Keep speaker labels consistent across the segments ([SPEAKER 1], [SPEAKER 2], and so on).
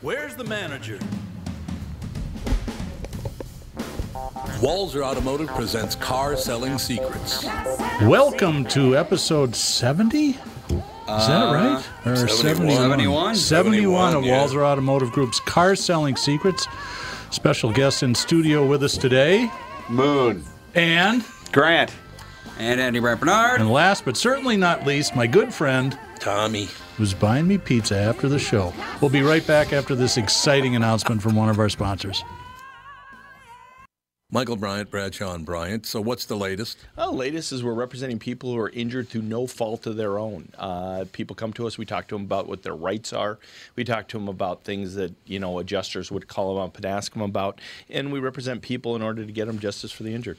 [SPEAKER 1] Where's the manager? Walzer Automotive presents Car Selling Secrets.
[SPEAKER 2] Welcome to episode 70? Is that right? Or
[SPEAKER 3] 71?
[SPEAKER 2] 71? 71 of
[SPEAKER 3] Uh, yeah.
[SPEAKER 2] Walzer Automotive Group's Car Selling Secrets. Special guest in studio with us today.
[SPEAKER 3] Moon.
[SPEAKER 2] And,
[SPEAKER 3] Grant. And Andy Brant Bernard.
[SPEAKER 2] and last but certainly not least, my good friend
[SPEAKER 1] Tommy.
[SPEAKER 2] who's buying me pizza after the show. We'll be right back after this exciting announcement from one of our sponsors.
[SPEAKER 1] Michael Bryant, Bradshaw and Bryant. So what's the latest?
[SPEAKER 4] Well, the latest is we're representing people who are injured through no fault of their own. Uh, people come to us. We talk to them about what their rights are. We talk to them about things that you know adjusters would call them up and ask them about, and we represent people in order to get them justice for the injured.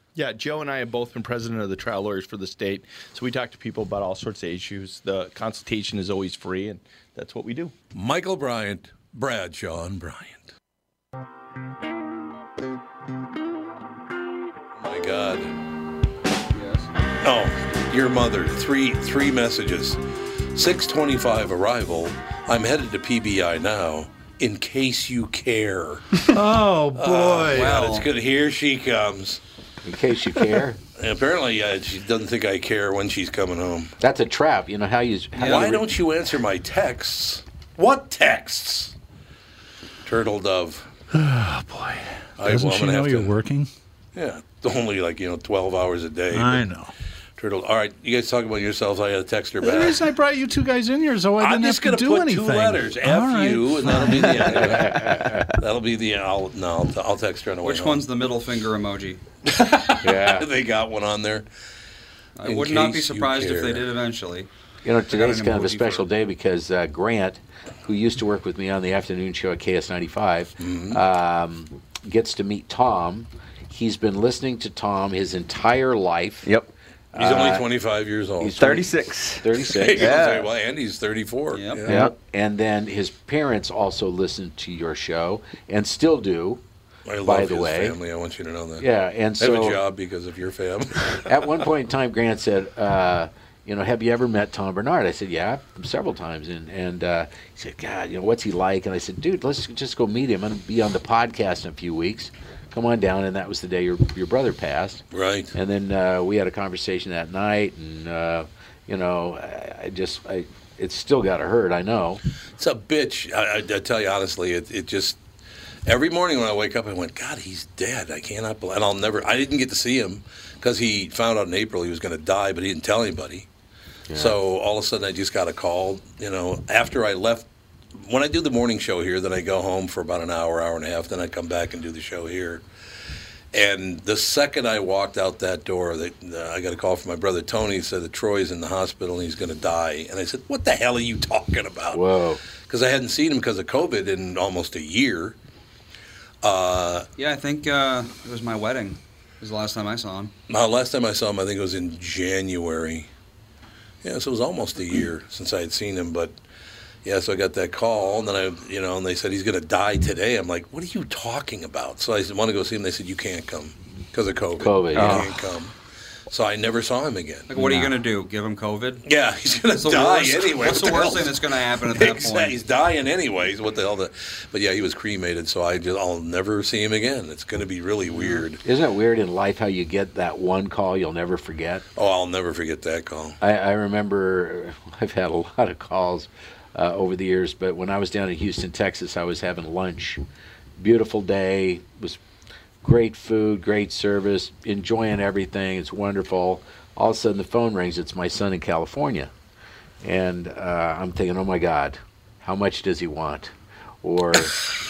[SPEAKER 4] Yeah, Joe and I have both been president of the trial lawyers for the state, so we talk to people about all sorts of issues. The consultation is always free, and that's what we do.
[SPEAKER 1] Michael Bryant, Bradshaw and Bryant. My God. Oh, your mother. Three three messages. 625 arrival. I'm headed to PBI now. In case you care.
[SPEAKER 2] Oh, boy.
[SPEAKER 1] Wow, it's good. Here she comes.
[SPEAKER 5] in case you care.
[SPEAKER 1] And apparently, uh, she doesn't think I care when she's coming home.
[SPEAKER 5] That's a trap. You know how you. How
[SPEAKER 1] Why
[SPEAKER 5] you
[SPEAKER 1] don't you answer my texts? What texts? Turtle dove.
[SPEAKER 2] Oh, boy.
[SPEAKER 1] I-
[SPEAKER 2] Uh, Doesn't
[SPEAKER 1] well, I'm
[SPEAKER 2] she
[SPEAKER 1] gonna
[SPEAKER 2] know
[SPEAKER 1] have
[SPEAKER 2] you're
[SPEAKER 1] to-
[SPEAKER 2] working?
[SPEAKER 1] Yeah, only like you know, twelve hours a day.
[SPEAKER 2] I know.
[SPEAKER 1] Turtle. All right, you guys talk about yourselves. I got to text her
[SPEAKER 2] The
[SPEAKER 1] back.
[SPEAKER 2] reason I brought you two guys in here is so I
[SPEAKER 1] I'm
[SPEAKER 2] didn't
[SPEAKER 1] just
[SPEAKER 2] have
[SPEAKER 1] gonna
[SPEAKER 2] to do
[SPEAKER 1] put
[SPEAKER 2] anything.
[SPEAKER 1] two letters. F
[SPEAKER 2] All right,
[SPEAKER 1] you, and that'll be the end. of it. that'll be the. I'll, no, I'll, t- I'll text her on the way.
[SPEAKER 3] Which
[SPEAKER 1] home.
[SPEAKER 3] one's the middle finger emoji?
[SPEAKER 5] Yeah.
[SPEAKER 1] They got one on there.
[SPEAKER 3] I
[SPEAKER 1] In
[SPEAKER 3] would not be
[SPEAKER 1] case you
[SPEAKER 3] surprised if they
[SPEAKER 1] care.
[SPEAKER 3] did eventually.
[SPEAKER 5] You know today's
[SPEAKER 3] an
[SPEAKER 5] kind of a
[SPEAKER 3] emoji
[SPEAKER 5] special
[SPEAKER 3] for it.
[SPEAKER 5] day because uh, Grant, who used to work with me on the afternoon show at KS95,
[SPEAKER 1] Mm-hmm.
[SPEAKER 5] um, gets to meet Tom. He's been listening to Tom his entire life.
[SPEAKER 6] Yep.
[SPEAKER 1] He's
[SPEAKER 2] Uh,
[SPEAKER 1] only 25 years old.
[SPEAKER 5] he's
[SPEAKER 6] 36.
[SPEAKER 5] 36.
[SPEAKER 6] Yeah.
[SPEAKER 1] Well, Andy's 34.
[SPEAKER 3] Yep.
[SPEAKER 1] Yeah.
[SPEAKER 5] Yep. And then his parents also listened to your show and still do.
[SPEAKER 1] I love
[SPEAKER 5] By the
[SPEAKER 1] his
[SPEAKER 5] way.
[SPEAKER 1] family. I want you to know that.
[SPEAKER 5] Yeah. And
[SPEAKER 1] I
[SPEAKER 5] so
[SPEAKER 1] have a job because of your family.
[SPEAKER 5] at one point in time, Grant said, uh, "You know, have you ever met Tom Bernard?" I said, "Yeah, several times." And and uh, he said, "God, you know, what's he like?" And I said, "Dude, let's just go meet him and be on the podcast in a few weeks. Come on down." And that was the day your your brother passed.
[SPEAKER 1] right.
[SPEAKER 5] And then uh, we had a conversation that night, and uh, you know, I, I just I. It's still got to hurt, I know.
[SPEAKER 1] It's a bitch. I, I, I tell you honestly, it, it just every morning when I wake up, I went, God, he's dead. I cannot believe, and I'll never. I didn't get to see him because he found out in April he was going to die, but he didn't tell anybody. So all of a sudden, I just got a call. You know, after I left, when I do the morning show here, then I go home for about an hour, hour and a half, then I come back and do the show here. And the second I walked out that door, they, uh, I got a call from my brother Tony. He said that Troy's in the hospital and he's going to die. And I said, "What the hell are you talking about?"
[SPEAKER 5] Whoa.
[SPEAKER 1] because I hadn't seen him because of COVID in almost a year.
[SPEAKER 3] Yeah, I think uh, it was my wedding. was the last time I saw him.
[SPEAKER 1] My last time I saw him, I think it was in January. Yeah, so it was almost a year since I had seen him. But yeah, so I got that call, and then I, you know, and they said he's going to die today. I'm like, what are you talking about? So I want to go see him. They said you can't come because of COVID.
[SPEAKER 5] COVID,
[SPEAKER 1] you
[SPEAKER 5] yeah.
[SPEAKER 1] can't come. So I never saw him again.
[SPEAKER 3] Like, what are you going to do? Give him COVID?
[SPEAKER 1] Yeah, he's going
[SPEAKER 3] It's the
[SPEAKER 1] to die
[SPEAKER 3] worst-
[SPEAKER 1] anyway.
[SPEAKER 3] What's
[SPEAKER 1] What
[SPEAKER 3] the worst
[SPEAKER 1] hell?
[SPEAKER 3] thing that's going to happen at that
[SPEAKER 1] Exactly.
[SPEAKER 3] point?
[SPEAKER 1] He's dying anyways. What the hell? The, but yeah, he was cremated, so I just I'll never see him again. It's going to be really
[SPEAKER 5] Mm-hmm.
[SPEAKER 1] weird.
[SPEAKER 5] Isn't it weird in life how you get that one call you'll never forget?
[SPEAKER 1] Oh, I'll never forget that call.
[SPEAKER 5] I, I remember I've had a lot of calls uh, over the years, but when I was down in Houston, Texas, I was having lunch. Beautiful day, was great food, great service, enjoying everything. It's wonderful. All of a sudden, the phone rings. It's my son in California, and uh, I'm thinking, oh my God, how much does he want? Or is,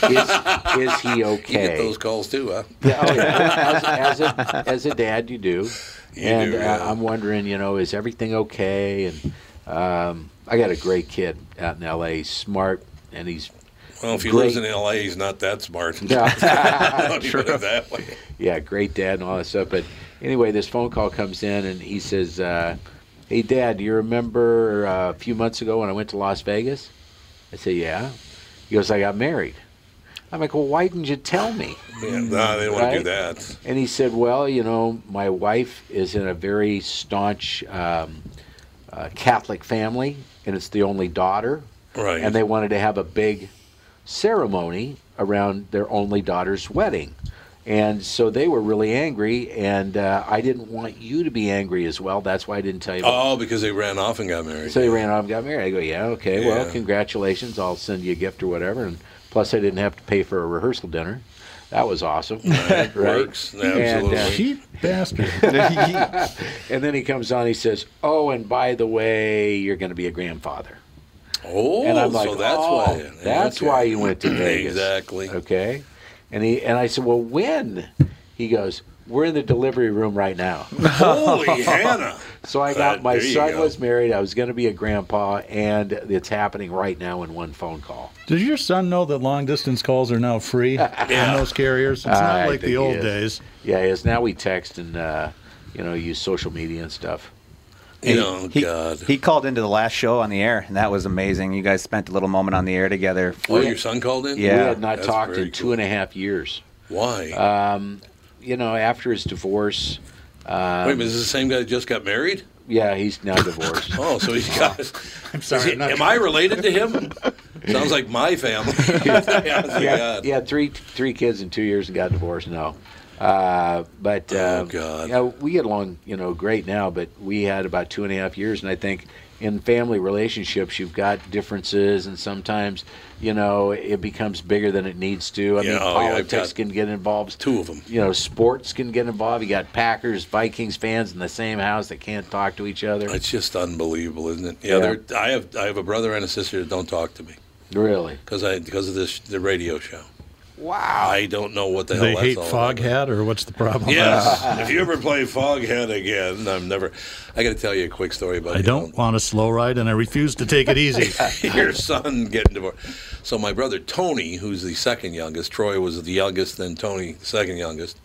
[SPEAKER 5] is he okay?
[SPEAKER 1] You get those calls too, huh?
[SPEAKER 5] Yeah, oh, yeah. As, as, a, as a dad, you do.
[SPEAKER 1] You
[SPEAKER 5] and
[SPEAKER 1] do, yeah.
[SPEAKER 5] uh, I'm wondering, you know, is everything okay? And um, I got a great kid out in L.A. He's smart, and he's
[SPEAKER 1] Well, if he
[SPEAKER 5] Great.
[SPEAKER 1] lives in LA, he's not that smart.
[SPEAKER 5] Yeah.
[SPEAKER 1] Don't even put it that way.
[SPEAKER 5] yeah, great dad and all that stuff. But anyway, this phone call comes in and he says, uh, "Hey, Dad, do you remember uh, a few months ago when I went to Las Vegas?" I say, "Yeah." He goes, "I got married." I'm like, "Well, why didn't you tell me?"
[SPEAKER 1] Yeah, no, they want to do
[SPEAKER 5] Right?
[SPEAKER 1] that.
[SPEAKER 5] And he said, "Well, you know, my wife is in a very staunch um, uh, Catholic family, and it's the only daughter,
[SPEAKER 1] Right.
[SPEAKER 5] and they wanted to have a big ceremony around their only daughter's wedding." And so they were really angry, and uh, I didn't want you to be angry as well. That's why I didn't tell you. about
[SPEAKER 1] oh, because they ran off and got married.
[SPEAKER 5] so he ran off and got married. I go, yeah, okay, well,
[SPEAKER 1] Yeah.
[SPEAKER 5] congratulations. I'll send you a gift or whatever. And plus, I didn't have to pay for a rehearsal dinner. That was awesome. right?
[SPEAKER 1] Works.
[SPEAKER 5] And,
[SPEAKER 1] Absolutely.
[SPEAKER 5] uh,
[SPEAKER 2] Cheap bastard.
[SPEAKER 5] And then he comes on, he says, oh, and by the way, you're going to be a grandfather.
[SPEAKER 1] oh,
[SPEAKER 5] and I'm like,
[SPEAKER 1] so that's
[SPEAKER 5] "Oh,
[SPEAKER 1] why. Yeah,
[SPEAKER 5] that's
[SPEAKER 1] okay.
[SPEAKER 5] why you went to Vegas.
[SPEAKER 1] Exactly.
[SPEAKER 5] Okay. And, he, and I said, well, when? He goes, we're in the delivery room right now.
[SPEAKER 1] Holy Hannah.
[SPEAKER 5] So I got
[SPEAKER 1] Uh,
[SPEAKER 5] my
[SPEAKER 1] there you
[SPEAKER 5] son
[SPEAKER 1] go.
[SPEAKER 5] was married. I was going to be a grandpa, and it's happening right now in one phone call.
[SPEAKER 2] Does your son know that long distance calls are now free on those carriers? It's
[SPEAKER 5] I
[SPEAKER 2] not like
[SPEAKER 5] think he
[SPEAKER 2] the old
[SPEAKER 5] is.
[SPEAKER 2] days.
[SPEAKER 5] Yeah, is now we text and uh, you know use social media and stuff.
[SPEAKER 1] You know,
[SPEAKER 6] he,
[SPEAKER 1] Oh, God.
[SPEAKER 6] he called into the last show on the air, and that was amazing. You guys spent a little moment on the air together.
[SPEAKER 1] oh, your son called in?
[SPEAKER 6] Yeah.
[SPEAKER 5] we had not
[SPEAKER 1] That's
[SPEAKER 5] talked
[SPEAKER 1] very
[SPEAKER 5] in two and a half years.
[SPEAKER 1] Why?
[SPEAKER 5] You know, after his divorce,
[SPEAKER 1] Wait,
[SPEAKER 5] um,
[SPEAKER 1] but is this the same guy that just got married?
[SPEAKER 5] yeah, he's now divorced.
[SPEAKER 1] Oh, so he's got. I'm
[SPEAKER 2] sorry, I'm not
[SPEAKER 1] am I related to him? Sounds like my family. yeah, oh
[SPEAKER 5] yeah, yeah, three three kids in two years and got divorced. No, uh, but
[SPEAKER 1] Oh,
[SPEAKER 5] uh,
[SPEAKER 1] God.
[SPEAKER 5] you know, we get along, you know, great now. But we had about two and a half years, and I think in family relationships you've got differences, and sometimes you know it becomes bigger than it needs to. I
[SPEAKER 1] Yeah,
[SPEAKER 5] mean,
[SPEAKER 1] oh, yeah, I've
[SPEAKER 5] politics
[SPEAKER 1] got
[SPEAKER 5] can get involved.
[SPEAKER 1] Two of them.
[SPEAKER 5] You know, sports can get involved. You got Packers, Vikings fans in the same house that can't talk to each other.
[SPEAKER 1] It's just unbelievable, isn't it? Yeah,
[SPEAKER 5] Yeah.
[SPEAKER 1] They're, I have I have a brother and a sister that don't talk to me
[SPEAKER 5] Really?
[SPEAKER 1] because I because of this the radio show.
[SPEAKER 6] Wow.
[SPEAKER 1] I don't know what the hell
[SPEAKER 2] They
[SPEAKER 1] that's
[SPEAKER 2] hate
[SPEAKER 1] all about.
[SPEAKER 2] Foghat, or what's the problem?
[SPEAKER 1] Yes. if you ever play Foghat again, I'm never. I got to tell you a quick story about
[SPEAKER 2] I
[SPEAKER 1] you
[SPEAKER 2] don't
[SPEAKER 1] know,
[SPEAKER 2] want a slow ride, and I refuse to take it easy.
[SPEAKER 1] your son getting divorced. So my brother Tony, who's the second youngest, Troy was the youngest, then Tony, the second youngest.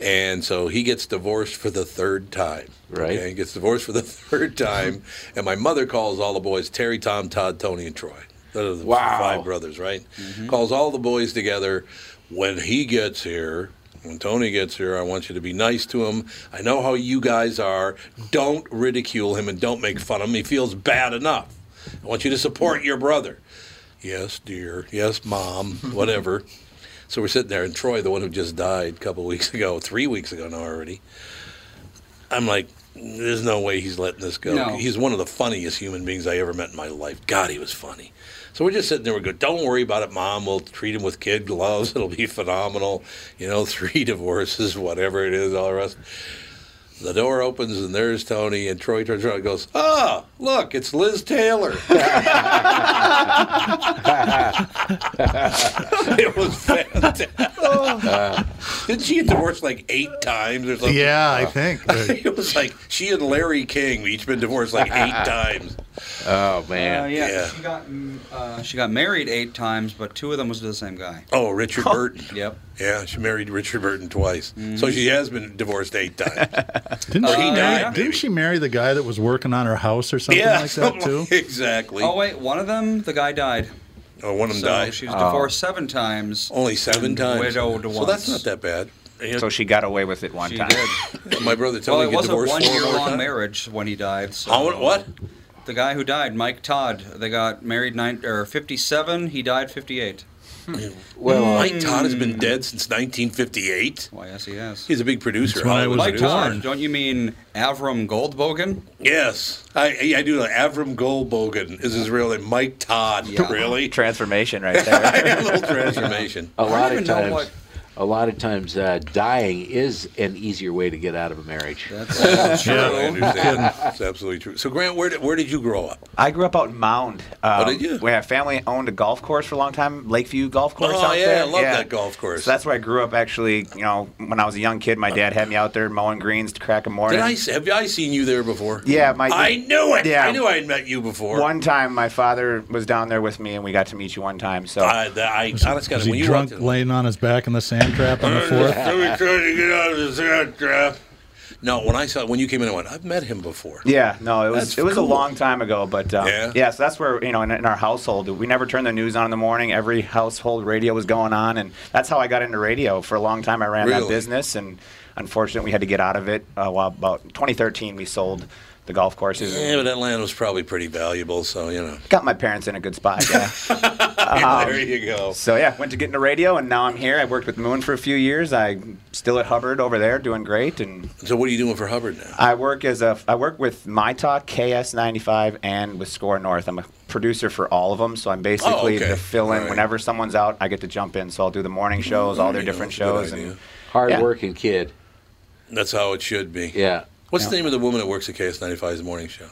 [SPEAKER 1] And so he gets divorced for the third time.
[SPEAKER 5] Right.
[SPEAKER 1] He gets divorced for the third time. and my mother calls all the boys Terry, Tom, Todd, Tony, and Troy. Those are the
[SPEAKER 5] Wow.
[SPEAKER 1] five brothers, right? Calls all the boys together. When he gets here, when Tony gets here, I want you to be nice to him. I know how you guys are. Don't ridicule him and don't make fun of him. He feels bad enough. I want you to support your brother. Yes, dear. Yes, mom. Whatever. so we're sitting there, and Troy, the one who just died a couple weeks ago, three weeks ago now already, I'm like, there's no way he's letting this go.
[SPEAKER 3] No.
[SPEAKER 1] He's one of the funniest human beings I ever met in my life. God, he was funny. So we're just sitting there. We go, don't worry about it, mom. We'll treat him with kid gloves. It'll be phenomenal. You know, three divorces, whatever it is, all the rest. The door opens and there's Tony and Troy turns around and goes, "Ah, look, it's Liz Taylor." it was fantastic. Didn't she get divorced like eight times or something?
[SPEAKER 2] yeah, I think.
[SPEAKER 1] Oh,
[SPEAKER 2] But
[SPEAKER 1] It was like she and Larry King each been divorced like eight times.
[SPEAKER 5] Oh
[SPEAKER 3] Uh,
[SPEAKER 5] man.
[SPEAKER 3] yeah,
[SPEAKER 1] Yeah.
[SPEAKER 3] She, got, mm, uh, she got married eight times, but two of them was to the same guy.
[SPEAKER 1] Oh, Richard Burton.
[SPEAKER 3] Yep.
[SPEAKER 1] Yeah, she married Richard Burton twice.
[SPEAKER 2] Mm.
[SPEAKER 1] So she has been divorced eight times.
[SPEAKER 2] didn't, she
[SPEAKER 1] he
[SPEAKER 2] marry,
[SPEAKER 1] died,
[SPEAKER 2] didn't
[SPEAKER 1] maybe.
[SPEAKER 2] she marry the guy that was working on her house or something
[SPEAKER 1] yeah,
[SPEAKER 2] like that,
[SPEAKER 1] something
[SPEAKER 2] too?
[SPEAKER 1] like- exactly.
[SPEAKER 3] Oh wait, one of them, the guy died.
[SPEAKER 1] Oh, one of them
[SPEAKER 3] So
[SPEAKER 1] died.
[SPEAKER 3] she was divorced seven times.
[SPEAKER 1] Only seven times.
[SPEAKER 3] Widowed
[SPEAKER 1] so
[SPEAKER 3] once.
[SPEAKER 1] that's not that bad. Yeah,
[SPEAKER 6] So she got away with it one
[SPEAKER 3] She
[SPEAKER 6] time.
[SPEAKER 3] did.
[SPEAKER 1] my brother
[SPEAKER 3] well,
[SPEAKER 1] Tony
[SPEAKER 3] it
[SPEAKER 1] got
[SPEAKER 3] was
[SPEAKER 1] divorced
[SPEAKER 3] a
[SPEAKER 1] four more
[SPEAKER 3] one-year-long
[SPEAKER 1] times.
[SPEAKER 3] marriage when he died. So
[SPEAKER 1] How- what?
[SPEAKER 3] The guy who died, Mike Todd. They got married nine or fifty-seven. He died fifty-eight.
[SPEAKER 2] uh,
[SPEAKER 5] Well,
[SPEAKER 1] Mike Todd has been
[SPEAKER 2] mm.
[SPEAKER 1] dead since 1958.
[SPEAKER 3] Why yes, he has.
[SPEAKER 1] He's a big producer.
[SPEAKER 2] when I
[SPEAKER 1] Hollywood
[SPEAKER 2] was
[SPEAKER 3] E Mike
[SPEAKER 1] producer.
[SPEAKER 3] Todd. Don't you mean Avram Goldbogen?
[SPEAKER 1] Yes, I I do. Know. Avram Goldbogen is his real name. Mike Todd.
[SPEAKER 3] Yeah.
[SPEAKER 1] Really,
[SPEAKER 6] Transformation right there.
[SPEAKER 1] a little transformation.
[SPEAKER 5] a
[SPEAKER 3] I
[SPEAKER 5] lot
[SPEAKER 3] don't
[SPEAKER 5] of
[SPEAKER 3] even know
[SPEAKER 5] times.
[SPEAKER 3] what
[SPEAKER 5] a lot of times uh, dying is an easier way to get out of a marriage.
[SPEAKER 1] That's true.
[SPEAKER 2] Yeah.
[SPEAKER 1] I understand. It's absolutely true. So, Grant, where did, where did you grow up?
[SPEAKER 6] I grew up out in Mound. Um,
[SPEAKER 1] Oh, did you?
[SPEAKER 6] Where our family owned a golf course for a long time, Lakeview Golf Course
[SPEAKER 1] Oh,
[SPEAKER 6] out
[SPEAKER 1] yeah,
[SPEAKER 6] there.
[SPEAKER 1] I love that golf course. Uh,
[SPEAKER 6] So that's where I grew up. Actually, you know, when I was a young kid, my dad had me out there mowing greens to crack a morning.
[SPEAKER 1] Did I s- have I seen you there before?
[SPEAKER 6] Yeah, my-
[SPEAKER 1] I knew it.
[SPEAKER 6] Yeah.
[SPEAKER 1] I knew I had met you before.
[SPEAKER 6] One time, my father was down there with me, and we got to meet you one time. So
[SPEAKER 1] I, that- I honest God,
[SPEAKER 2] Was
[SPEAKER 1] when
[SPEAKER 2] he
[SPEAKER 1] you
[SPEAKER 2] drunk,
[SPEAKER 1] walked in-
[SPEAKER 2] laying on his back in the sand trap on the floor?
[SPEAKER 1] Let me try to get out of this sand trap. No, when I saw when you came in, I went. I've met him before.
[SPEAKER 6] Yeah, no, it was
[SPEAKER 1] That's
[SPEAKER 6] it was
[SPEAKER 1] cool.
[SPEAKER 6] a long time ago, but um,
[SPEAKER 1] Yeah?
[SPEAKER 6] yeah. so that's where you know in, in our household we never turned the news on in the morning. Every household radio was going on, and that's how I got into radio for a long time. I ran
[SPEAKER 1] Really?
[SPEAKER 6] that business, and unfortunately, we had to get out of it. Uh, well, about 2013, we sold the golf courses. and
[SPEAKER 1] Yeah, but that land was probably pretty valuable, so you know.
[SPEAKER 6] Got my parents in a good spot. Yeah. Uh-huh.
[SPEAKER 1] there you go.
[SPEAKER 6] so yeah, went to get into radio, and now I'm here. I worked with Moon for a few years. I'm still at Hubbard over there, doing great, and
[SPEAKER 1] So what are you doing for Hubbard now?
[SPEAKER 6] I work as a I work with My Talk, KS95, and with Score North. I'm a producer for all of them, so I'm basically
[SPEAKER 1] Oh, okay.
[SPEAKER 6] the fill-in.
[SPEAKER 1] Alright.
[SPEAKER 6] Whenever someone's out, I get to jump in. So I'll do the morning shows, all their different
[SPEAKER 1] that's a good
[SPEAKER 6] shows,
[SPEAKER 1] idea.
[SPEAKER 6] and
[SPEAKER 5] Hard
[SPEAKER 6] Yeah.
[SPEAKER 5] working kid.
[SPEAKER 1] That's how it should be.
[SPEAKER 5] Yeah.
[SPEAKER 1] What's the name of the woman that works at KS95's morning show?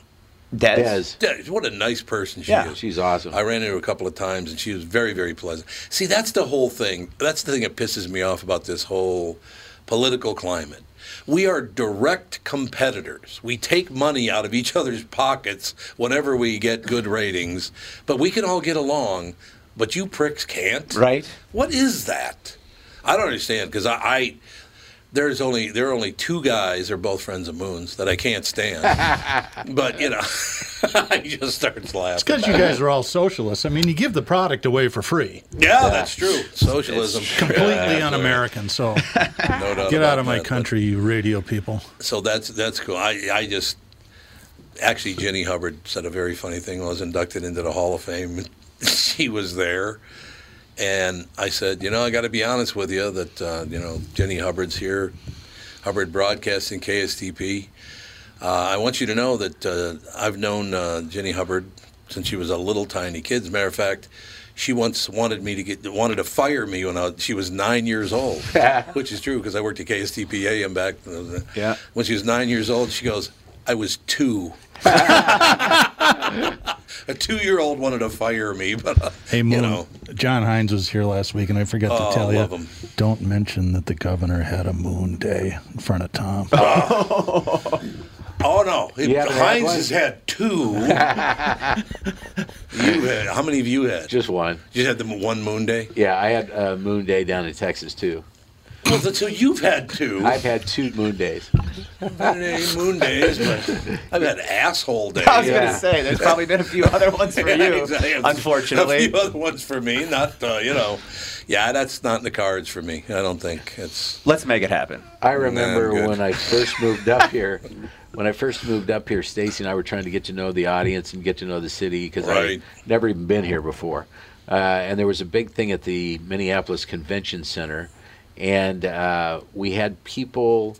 [SPEAKER 6] Des.
[SPEAKER 5] Des.
[SPEAKER 1] Des, What a nice person she
[SPEAKER 6] Yeah.
[SPEAKER 1] is.
[SPEAKER 5] She's awesome.
[SPEAKER 1] I ran into her a couple of times, and she was very, very pleasant. See, that's the whole thing. That's the thing that pisses me off about this whole political climate. We are direct competitors. We take money out of each other's pockets whenever we get good ratings, but we can all get along, but you pricks can't.
[SPEAKER 6] Right.
[SPEAKER 1] What is that? I don't understand because I, I there's only there are only two guys are both friends of Moon's that I can't stand. but you know, I just starts laughing.
[SPEAKER 2] It's because you guys are all socialists. I mean, you give the product away for free.
[SPEAKER 1] Yeah, that's true. Socialism.
[SPEAKER 2] Completely
[SPEAKER 1] Yeah,
[SPEAKER 2] un-American. So
[SPEAKER 1] absolutely. No doubt
[SPEAKER 2] get out
[SPEAKER 1] about
[SPEAKER 2] of my
[SPEAKER 1] that, but-
[SPEAKER 2] country, you radio people.
[SPEAKER 1] so that's that's cool. I, I just actually Jenny Hubbard said a very funny thing when I was inducted into the Hall of Fame. she was there, and I said, you know, I got to be honest with you that uh, you know Jenny Hubbard's here, Hubbard Broadcasting KSTP. Uh, I want you to know that uh, I've known uh, Jenny Hubbard since she was a little tiny kid. As a matter of fact. She once wanted me to get wanted to fire me when I, was- she was nine years old, which is true because I worked at KSTP AM back.
[SPEAKER 6] Yeah.
[SPEAKER 1] When she was nine years old, she goes, "I was two. a two-year-old wanted to fire me, but uh,
[SPEAKER 2] Hey, Moon,
[SPEAKER 1] you know,
[SPEAKER 2] John Hines was here last week, and I forgot
[SPEAKER 1] Oh,
[SPEAKER 2] to tell you.
[SPEAKER 1] love him.
[SPEAKER 2] Don't mention that the governor had a moon day in front of Tom.
[SPEAKER 1] oh no, It-
[SPEAKER 5] You haven't had
[SPEAKER 1] Heinz
[SPEAKER 5] one?
[SPEAKER 1] has had two. you had how many of you had?
[SPEAKER 5] Just one.
[SPEAKER 1] you had the m- one moon day.
[SPEAKER 5] Yeah, I had uh, Moon Day down in Texas too.
[SPEAKER 1] Well, th- so you've had two
[SPEAKER 5] I've had two Moon Days.
[SPEAKER 1] Moon day- moon days, but I've had asshole days.
[SPEAKER 6] I was
[SPEAKER 5] Yeah.
[SPEAKER 6] gonna say there's probably been a few other ones for you,
[SPEAKER 1] Exactly.
[SPEAKER 6] unfortunately.
[SPEAKER 1] a few other ones for me. Not uh, you know, yeah, that's not in the cards for me. I don't think it's.
[SPEAKER 6] Let's make it happen.
[SPEAKER 5] I remember
[SPEAKER 1] good.
[SPEAKER 5] when I first moved up here. When I first moved up here, Stacy and I were trying to get to know the audience and get to know the city because
[SPEAKER 1] Right.
[SPEAKER 5] I'd never even been here before. Uh, and there was a big thing at the Minneapolis Convention Center, and uh, we had people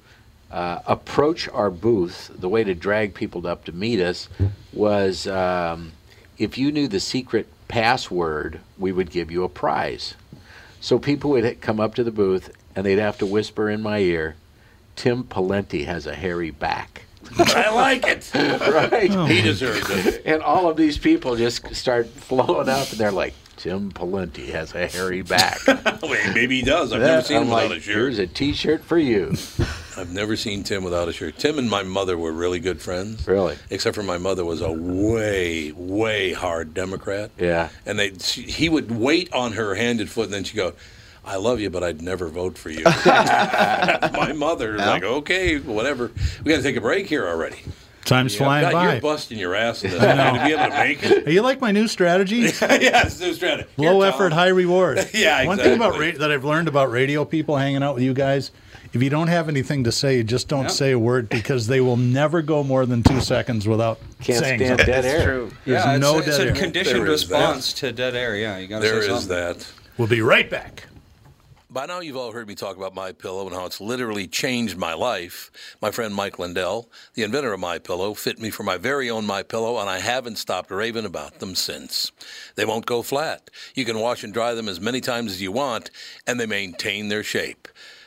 [SPEAKER 5] uh, approach our booth. The way to drag people up to meet us was um, if you knew the secret password, we would give you a prize. So people would come up to the booth and they'd have to whisper in my ear, "Tim Pawlenty has a hairy back."
[SPEAKER 1] I like it.
[SPEAKER 5] Right?
[SPEAKER 1] He deserves it.
[SPEAKER 5] And all of these people just start flowing up, and they're like, "Tim Pawlenty has a hairy back."
[SPEAKER 1] Wait, maybe he does. I've never
[SPEAKER 5] That-
[SPEAKER 1] seen
[SPEAKER 5] I'm
[SPEAKER 1] him
[SPEAKER 5] like,
[SPEAKER 1] without a
[SPEAKER 5] Here's
[SPEAKER 1] shirt.
[SPEAKER 5] a T-shirt for you.
[SPEAKER 1] I've never seen Tim without a shirt. Tim and my mother were really good friends.
[SPEAKER 5] Really?
[SPEAKER 1] Except for my mother was a way, way hard Democrat.
[SPEAKER 5] Yeah.
[SPEAKER 1] And they, she, he would wait on her hand and foot, and then she'd go, I love you, but I'd never vote for you. my mother was like, okay, whatever. We got to take a break here already.
[SPEAKER 2] Time's flying
[SPEAKER 1] God,
[SPEAKER 2] by.
[SPEAKER 1] you're busting your ass in this. Are you going to be able to make it?
[SPEAKER 2] Hey, you like my new strategy?
[SPEAKER 1] yeah, it's new strategy. Here,
[SPEAKER 2] Low
[SPEAKER 1] Tom.
[SPEAKER 2] effort, high reward.
[SPEAKER 1] Yeah,
[SPEAKER 2] One thing about
[SPEAKER 1] exactly.
[SPEAKER 2] ra- that I've learned about radio people hanging out with you guys, if you don't have anything to say, just don't
[SPEAKER 3] Yeah.
[SPEAKER 2] say a word because they will never go more than two seconds without
[SPEAKER 5] Can't
[SPEAKER 2] saying
[SPEAKER 5] stand
[SPEAKER 2] something.
[SPEAKER 5] dead air.
[SPEAKER 2] There's
[SPEAKER 3] yeah,
[SPEAKER 2] no
[SPEAKER 3] it's, it's
[SPEAKER 2] dead
[SPEAKER 3] a
[SPEAKER 2] air.
[SPEAKER 3] conditioned
[SPEAKER 1] There is that.
[SPEAKER 3] response to dead air. Yeah, you got to
[SPEAKER 1] There
[SPEAKER 3] say
[SPEAKER 1] is
[SPEAKER 3] something.
[SPEAKER 1] that.
[SPEAKER 2] We'll be right back.
[SPEAKER 1] By now, you've all heard me talk about My Pillow and how it's literally changed my life. My friend Mike Lindell, the inventor of My Pillow, fit me for my very own My Pillow, and I haven't stopped raving about them since. They won't go flat. You can wash and dry them as many times as you want, and they maintain their shape.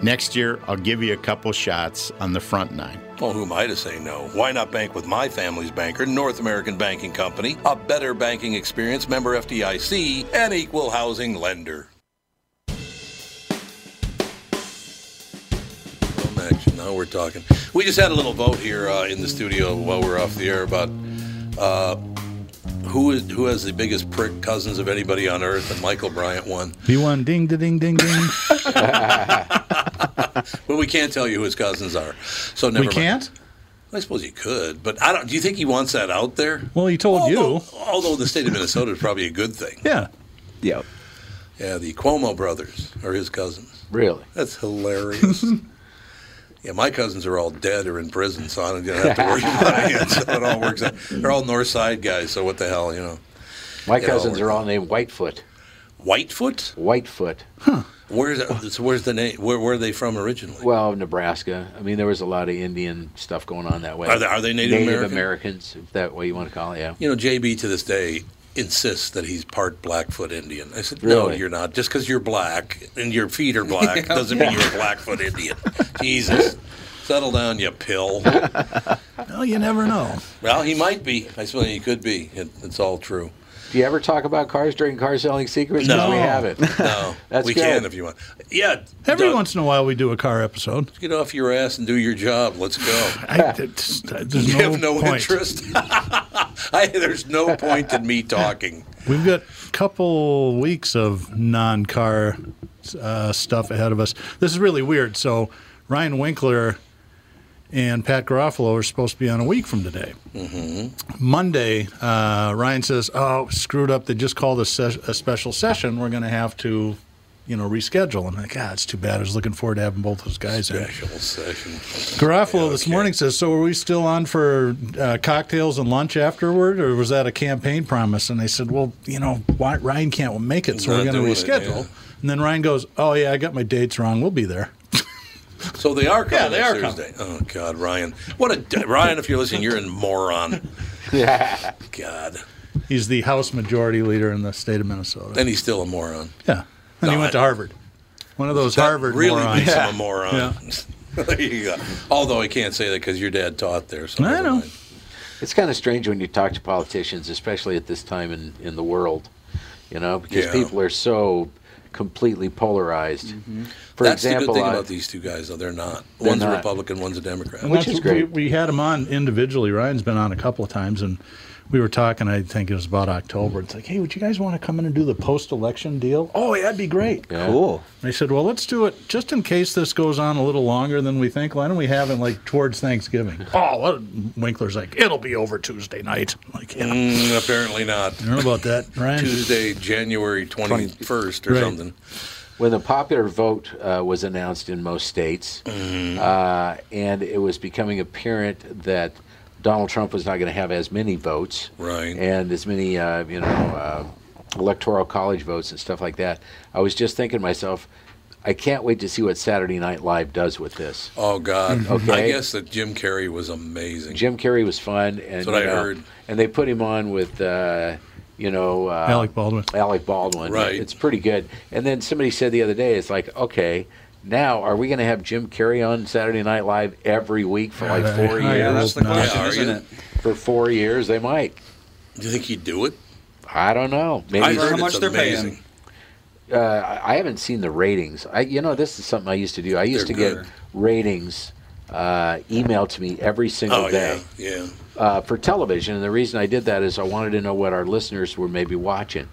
[SPEAKER 7] Next year, I'll give you a couple shots on the front nine.
[SPEAKER 1] Well, who am I to say no? Why not bank with my family's banker, North American Banking Company, a better banking experience, member FDIC, and equal housing lender? Well, Max, Now we're talking. We just had a little vote here uh, in the studio while we we're off the air about uh, who is who has the biggest prick cousins of anybody on earth, and Michael Bryant won.
[SPEAKER 2] He won ding da ding ding ding.
[SPEAKER 1] But we can't tell you who his cousins are, so never
[SPEAKER 2] we
[SPEAKER 1] mind.
[SPEAKER 2] can't?
[SPEAKER 1] I suppose you could, but I don't. Do you think he wants that out there?
[SPEAKER 2] Well, he told
[SPEAKER 1] although,
[SPEAKER 2] you.
[SPEAKER 1] Although the state of Minnesota is probably a good thing.
[SPEAKER 2] Yeah.
[SPEAKER 6] Yeah.
[SPEAKER 1] Yeah, the Cuomo brothers are his cousins.
[SPEAKER 5] Really?
[SPEAKER 1] That's hilarious. yeah, my cousins are all dead or in prison, so I don't you don't have to worry about it. So it all works out. They're all North Side guys, so what the hell, you know?
[SPEAKER 5] My
[SPEAKER 1] Yeah,
[SPEAKER 5] cousins
[SPEAKER 1] we're-
[SPEAKER 5] are all named Whitefoot.
[SPEAKER 1] Whitefoot?
[SPEAKER 5] Whitefoot.
[SPEAKER 1] Where's that, so where's the name? Where were they from originally?
[SPEAKER 5] Well, Nebraska. I mean, there was a lot of Indian stuff going on that way.
[SPEAKER 1] Are they- are they Native American?
[SPEAKER 5] Americans, if that way you want to call it? Yeah.
[SPEAKER 1] You know, JB to this day insists that he's part Blackfoot Indian. I said, No,
[SPEAKER 5] Really?
[SPEAKER 1] you're not. Just because you're black and your feet are black doesn't mean you're a Blackfoot Indian. Jesus. Settle down, you pill.
[SPEAKER 2] Well, you never know.
[SPEAKER 1] Well, he might be. I suppose he could be. It, it's all true.
[SPEAKER 5] Do you ever talk about cars during car selling secrets? 'Cause
[SPEAKER 1] No.
[SPEAKER 5] we haven't.
[SPEAKER 1] No,
[SPEAKER 5] That's
[SPEAKER 1] we
[SPEAKER 5] good.
[SPEAKER 1] can if you want. Yeah,
[SPEAKER 2] Every
[SPEAKER 1] Doug,
[SPEAKER 2] once in a while, we do a car episode.
[SPEAKER 1] get off your ass and do your job. Let's go.
[SPEAKER 2] I, it's- there's
[SPEAKER 1] You
[SPEAKER 2] no,
[SPEAKER 1] have no
[SPEAKER 2] point.
[SPEAKER 1] interest. I, there's no point in me talking.
[SPEAKER 2] We've got a couple weeks of non-car uh, stuff ahead of us. This is really weird. So Ryan Winkler and Pat Garofalo are supposed to be on a week from today. Monday, uh, Ryan says, "Oh, screwed up. They just called a, ses- a special session. We're going to have to, you know, reschedule." I'm like, "God, it's too bad. I was looking forward to having both those guys in."
[SPEAKER 1] Special session.
[SPEAKER 2] Garofalo this
[SPEAKER 1] okay.
[SPEAKER 2] morning says, "So are we still on for uh, cocktails and lunch afterward, or was that a campaign promise?" And they said, "Well, you know, why, Ryan can't make it, so
[SPEAKER 1] Not
[SPEAKER 2] we're going to
[SPEAKER 1] doing it,
[SPEAKER 2] reschedule."
[SPEAKER 1] yeah.
[SPEAKER 2] And then Ryan goes, "Oh yeah, I got my dates wrong. We'll be there."
[SPEAKER 1] So they are coming
[SPEAKER 2] Yeah, they
[SPEAKER 1] next
[SPEAKER 2] are coming.
[SPEAKER 1] Thursday. Oh God, Ryan, what a d- Ryan! If you're listening, you're a moron.
[SPEAKER 5] Yeah.
[SPEAKER 1] God,
[SPEAKER 2] He's the House Majority Leader in the state of Minnesota.
[SPEAKER 1] and he's still a moron.
[SPEAKER 2] yeah, and he
[SPEAKER 1] No,
[SPEAKER 2] went to
[SPEAKER 1] I-
[SPEAKER 2] Harvard. One of those
[SPEAKER 1] That
[SPEAKER 2] Harvard
[SPEAKER 1] really
[SPEAKER 2] morons.
[SPEAKER 1] makes
[SPEAKER 2] Yeah.
[SPEAKER 1] him a moron. there you go. Although I can't say that because your dad taught there. So
[SPEAKER 2] I
[SPEAKER 1] never
[SPEAKER 2] know.
[SPEAKER 1] mind.
[SPEAKER 5] It's kind of strange when you talk to politicians, especially at this time in, in the world, you know, because
[SPEAKER 1] Yeah.
[SPEAKER 5] people are so completely polarized. For
[SPEAKER 1] That's
[SPEAKER 5] example,
[SPEAKER 1] the good thing
[SPEAKER 5] I-
[SPEAKER 1] about these two guys, though. They're not. one's a
[SPEAKER 5] not.
[SPEAKER 1] Republican, one's a Democrat.
[SPEAKER 2] And
[SPEAKER 5] Which
[SPEAKER 2] that's-
[SPEAKER 5] is great.
[SPEAKER 2] We, we had him on individually. Ryan's been on a couple of times, and we were talking, I think it was about October. It's like, hey, would you guys want to come in and do the post election deal? Oh, yeah, that'd be great.
[SPEAKER 5] Yeah.
[SPEAKER 3] Cool.
[SPEAKER 2] And I said, well, let's do it just in case this goes on a little longer than we think. Why don't we have it like towards Thanksgiving? oh, what? Winkler's like, it'll be over Tuesday night. I'm like, yeah.
[SPEAKER 1] Mm, apparently not.
[SPEAKER 2] I don't know about that, Ryan.
[SPEAKER 1] Tuesday, January 21st or
[SPEAKER 2] Right.
[SPEAKER 1] something.
[SPEAKER 5] when the popular vote uh, was announced in most states,
[SPEAKER 1] Mm-hmm.
[SPEAKER 5] uh, and it was becoming apparent that Donald Trump was not going to have as many votes,
[SPEAKER 1] Right.
[SPEAKER 5] and as many, uh, you know, uh, electoral college votes and stuff like that. I was just thinking to myself, I can't wait to see what Saturday Night Live does with this.
[SPEAKER 1] Oh, God. I
[SPEAKER 2] Mm-hmm.
[SPEAKER 5] Okay.
[SPEAKER 1] guess that Jim Carrey was amazing.
[SPEAKER 5] Jim Carrey was fun, and
[SPEAKER 1] That's what
[SPEAKER 5] you
[SPEAKER 1] I
[SPEAKER 5] know,
[SPEAKER 1] heard.
[SPEAKER 5] And they put him on with, uh, you know, uh,
[SPEAKER 2] Alec Baldwin.
[SPEAKER 5] Alec Baldwin.
[SPEAKER 1] Right.
[SPEAKER 5] It's pretty good. And then somebody said the other day, it's like, okay, now are we going to have Jim Carrey on Saturday Night Live every week for like four
[SPEAKER 2] Yeah,
[SPEAKER 3] Yeah, that's
[SPEAKER 5] years?
[SPEAKER 3] the
[SPEAKER 2] hope not.
[SPEAKER 3] question,
[SPEAKER 1] Yeah, are
[SPEAKER 3] isn't
[SPEAKER 1] you?
[SPEAKER 3] it?
[SPEAKER 5] For four years, they might.
[SPEAKER 1] Do you think he'd do it?
[SPEAKER 5] I don't know. Maybe
[SPEAKER 1] I
[SPEAKER 5] I,
[SPEAKER 1] heard
[SPEAKER 3] how
[SPEAKER 1] it's
[SPEAKER 3] much they're paying.
[SPEAKER 1] amazing.
[SPEAKER 5] I haven't seen the ratings. I, you know, this is something I used to do. I used
[SPEAKER 1] They're
[SPEAKER 5] to
[SPEAKER 1] good.
[SPEAKER 5] get ratings uh, emailed to me every single
[SPEAKER 1] Oh,
[SPEAKER 5] day.
[SPEAKER 1] yeah. Yeah.
[SPEAKER 5] uh, for television. And the reason I did that is I wanted to know what our listeners were maybe watching.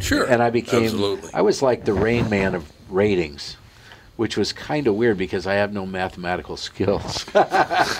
[SPEAKER 1] Sure.
[SPEAKER 5] And I became,
[SPEAKER 1] Absolutely.
[SPEAKER 5] I was like the rain man of ratings, which was kind of weird because I have no mathematical skills.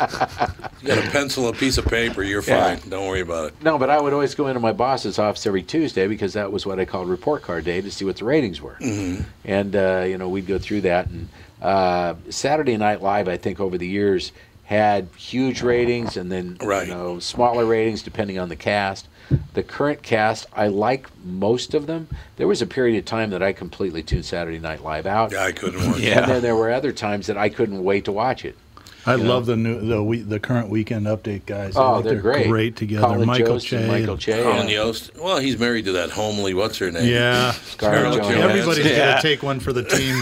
[SPEAKER 1] You got a pencil, a piece of paper, you're
[SPEAKER 5] Yeah.
[SPEAKER 1] fine. Don't worry about it.
[SPEAKER 5] no, but I would always go into my boss's office every Tuesday because that was what I called report card day to see what the ratings were.
[SPEAKER 1] Mm-hmm.
[SPEAKER 5] And, uh, you know, we'd go through that. And uh, Saturday Night Live, I think over the years, had huge ratings and then,
[SPEAKER 1] Right.
[SPEAKER 5] you know, smaller ratings depending on the cast. The current cast, I like most of them. There was a period of time that I completely tuned Saturday Night Live out.
[SPEAKER 1] Yeah, I couldn't work.
[SPEAKER 5] And then there were other times that I couldn't wait to watch it.
[SPEAKER 2] I love the new the we, the current weekend update guys. I
[SPEAKER 5] Oh,
[SPEAKER 2] think
[SPEAKER 5] they're, great.
[SPEAKER 2] together.
[SPEAKER 5] Colin
[SPEAKER 2] Michael
[SPEAKER 5] Jost
[SPEAKER 2] Che.
[SPEAKER 5] and Michael
[SPEAKER 2] and-
[SPEAKER 5] Che.
[SPEAKER 1] Colin
[SPEAKER 5] and
[SPEAKER 1] Yost. Well, he's married to that homely, what's her name?
[SPEAKER 2] Yeah.
[SPEAKER 5] Scarlett
[SPEAKER 1] Scarlett
[SPEAKER 5] Johansson.
[SPEAKER 2] Everybody's
[SPEAKER 3] Yeah.
[SPEAKER 2] got to take one for the team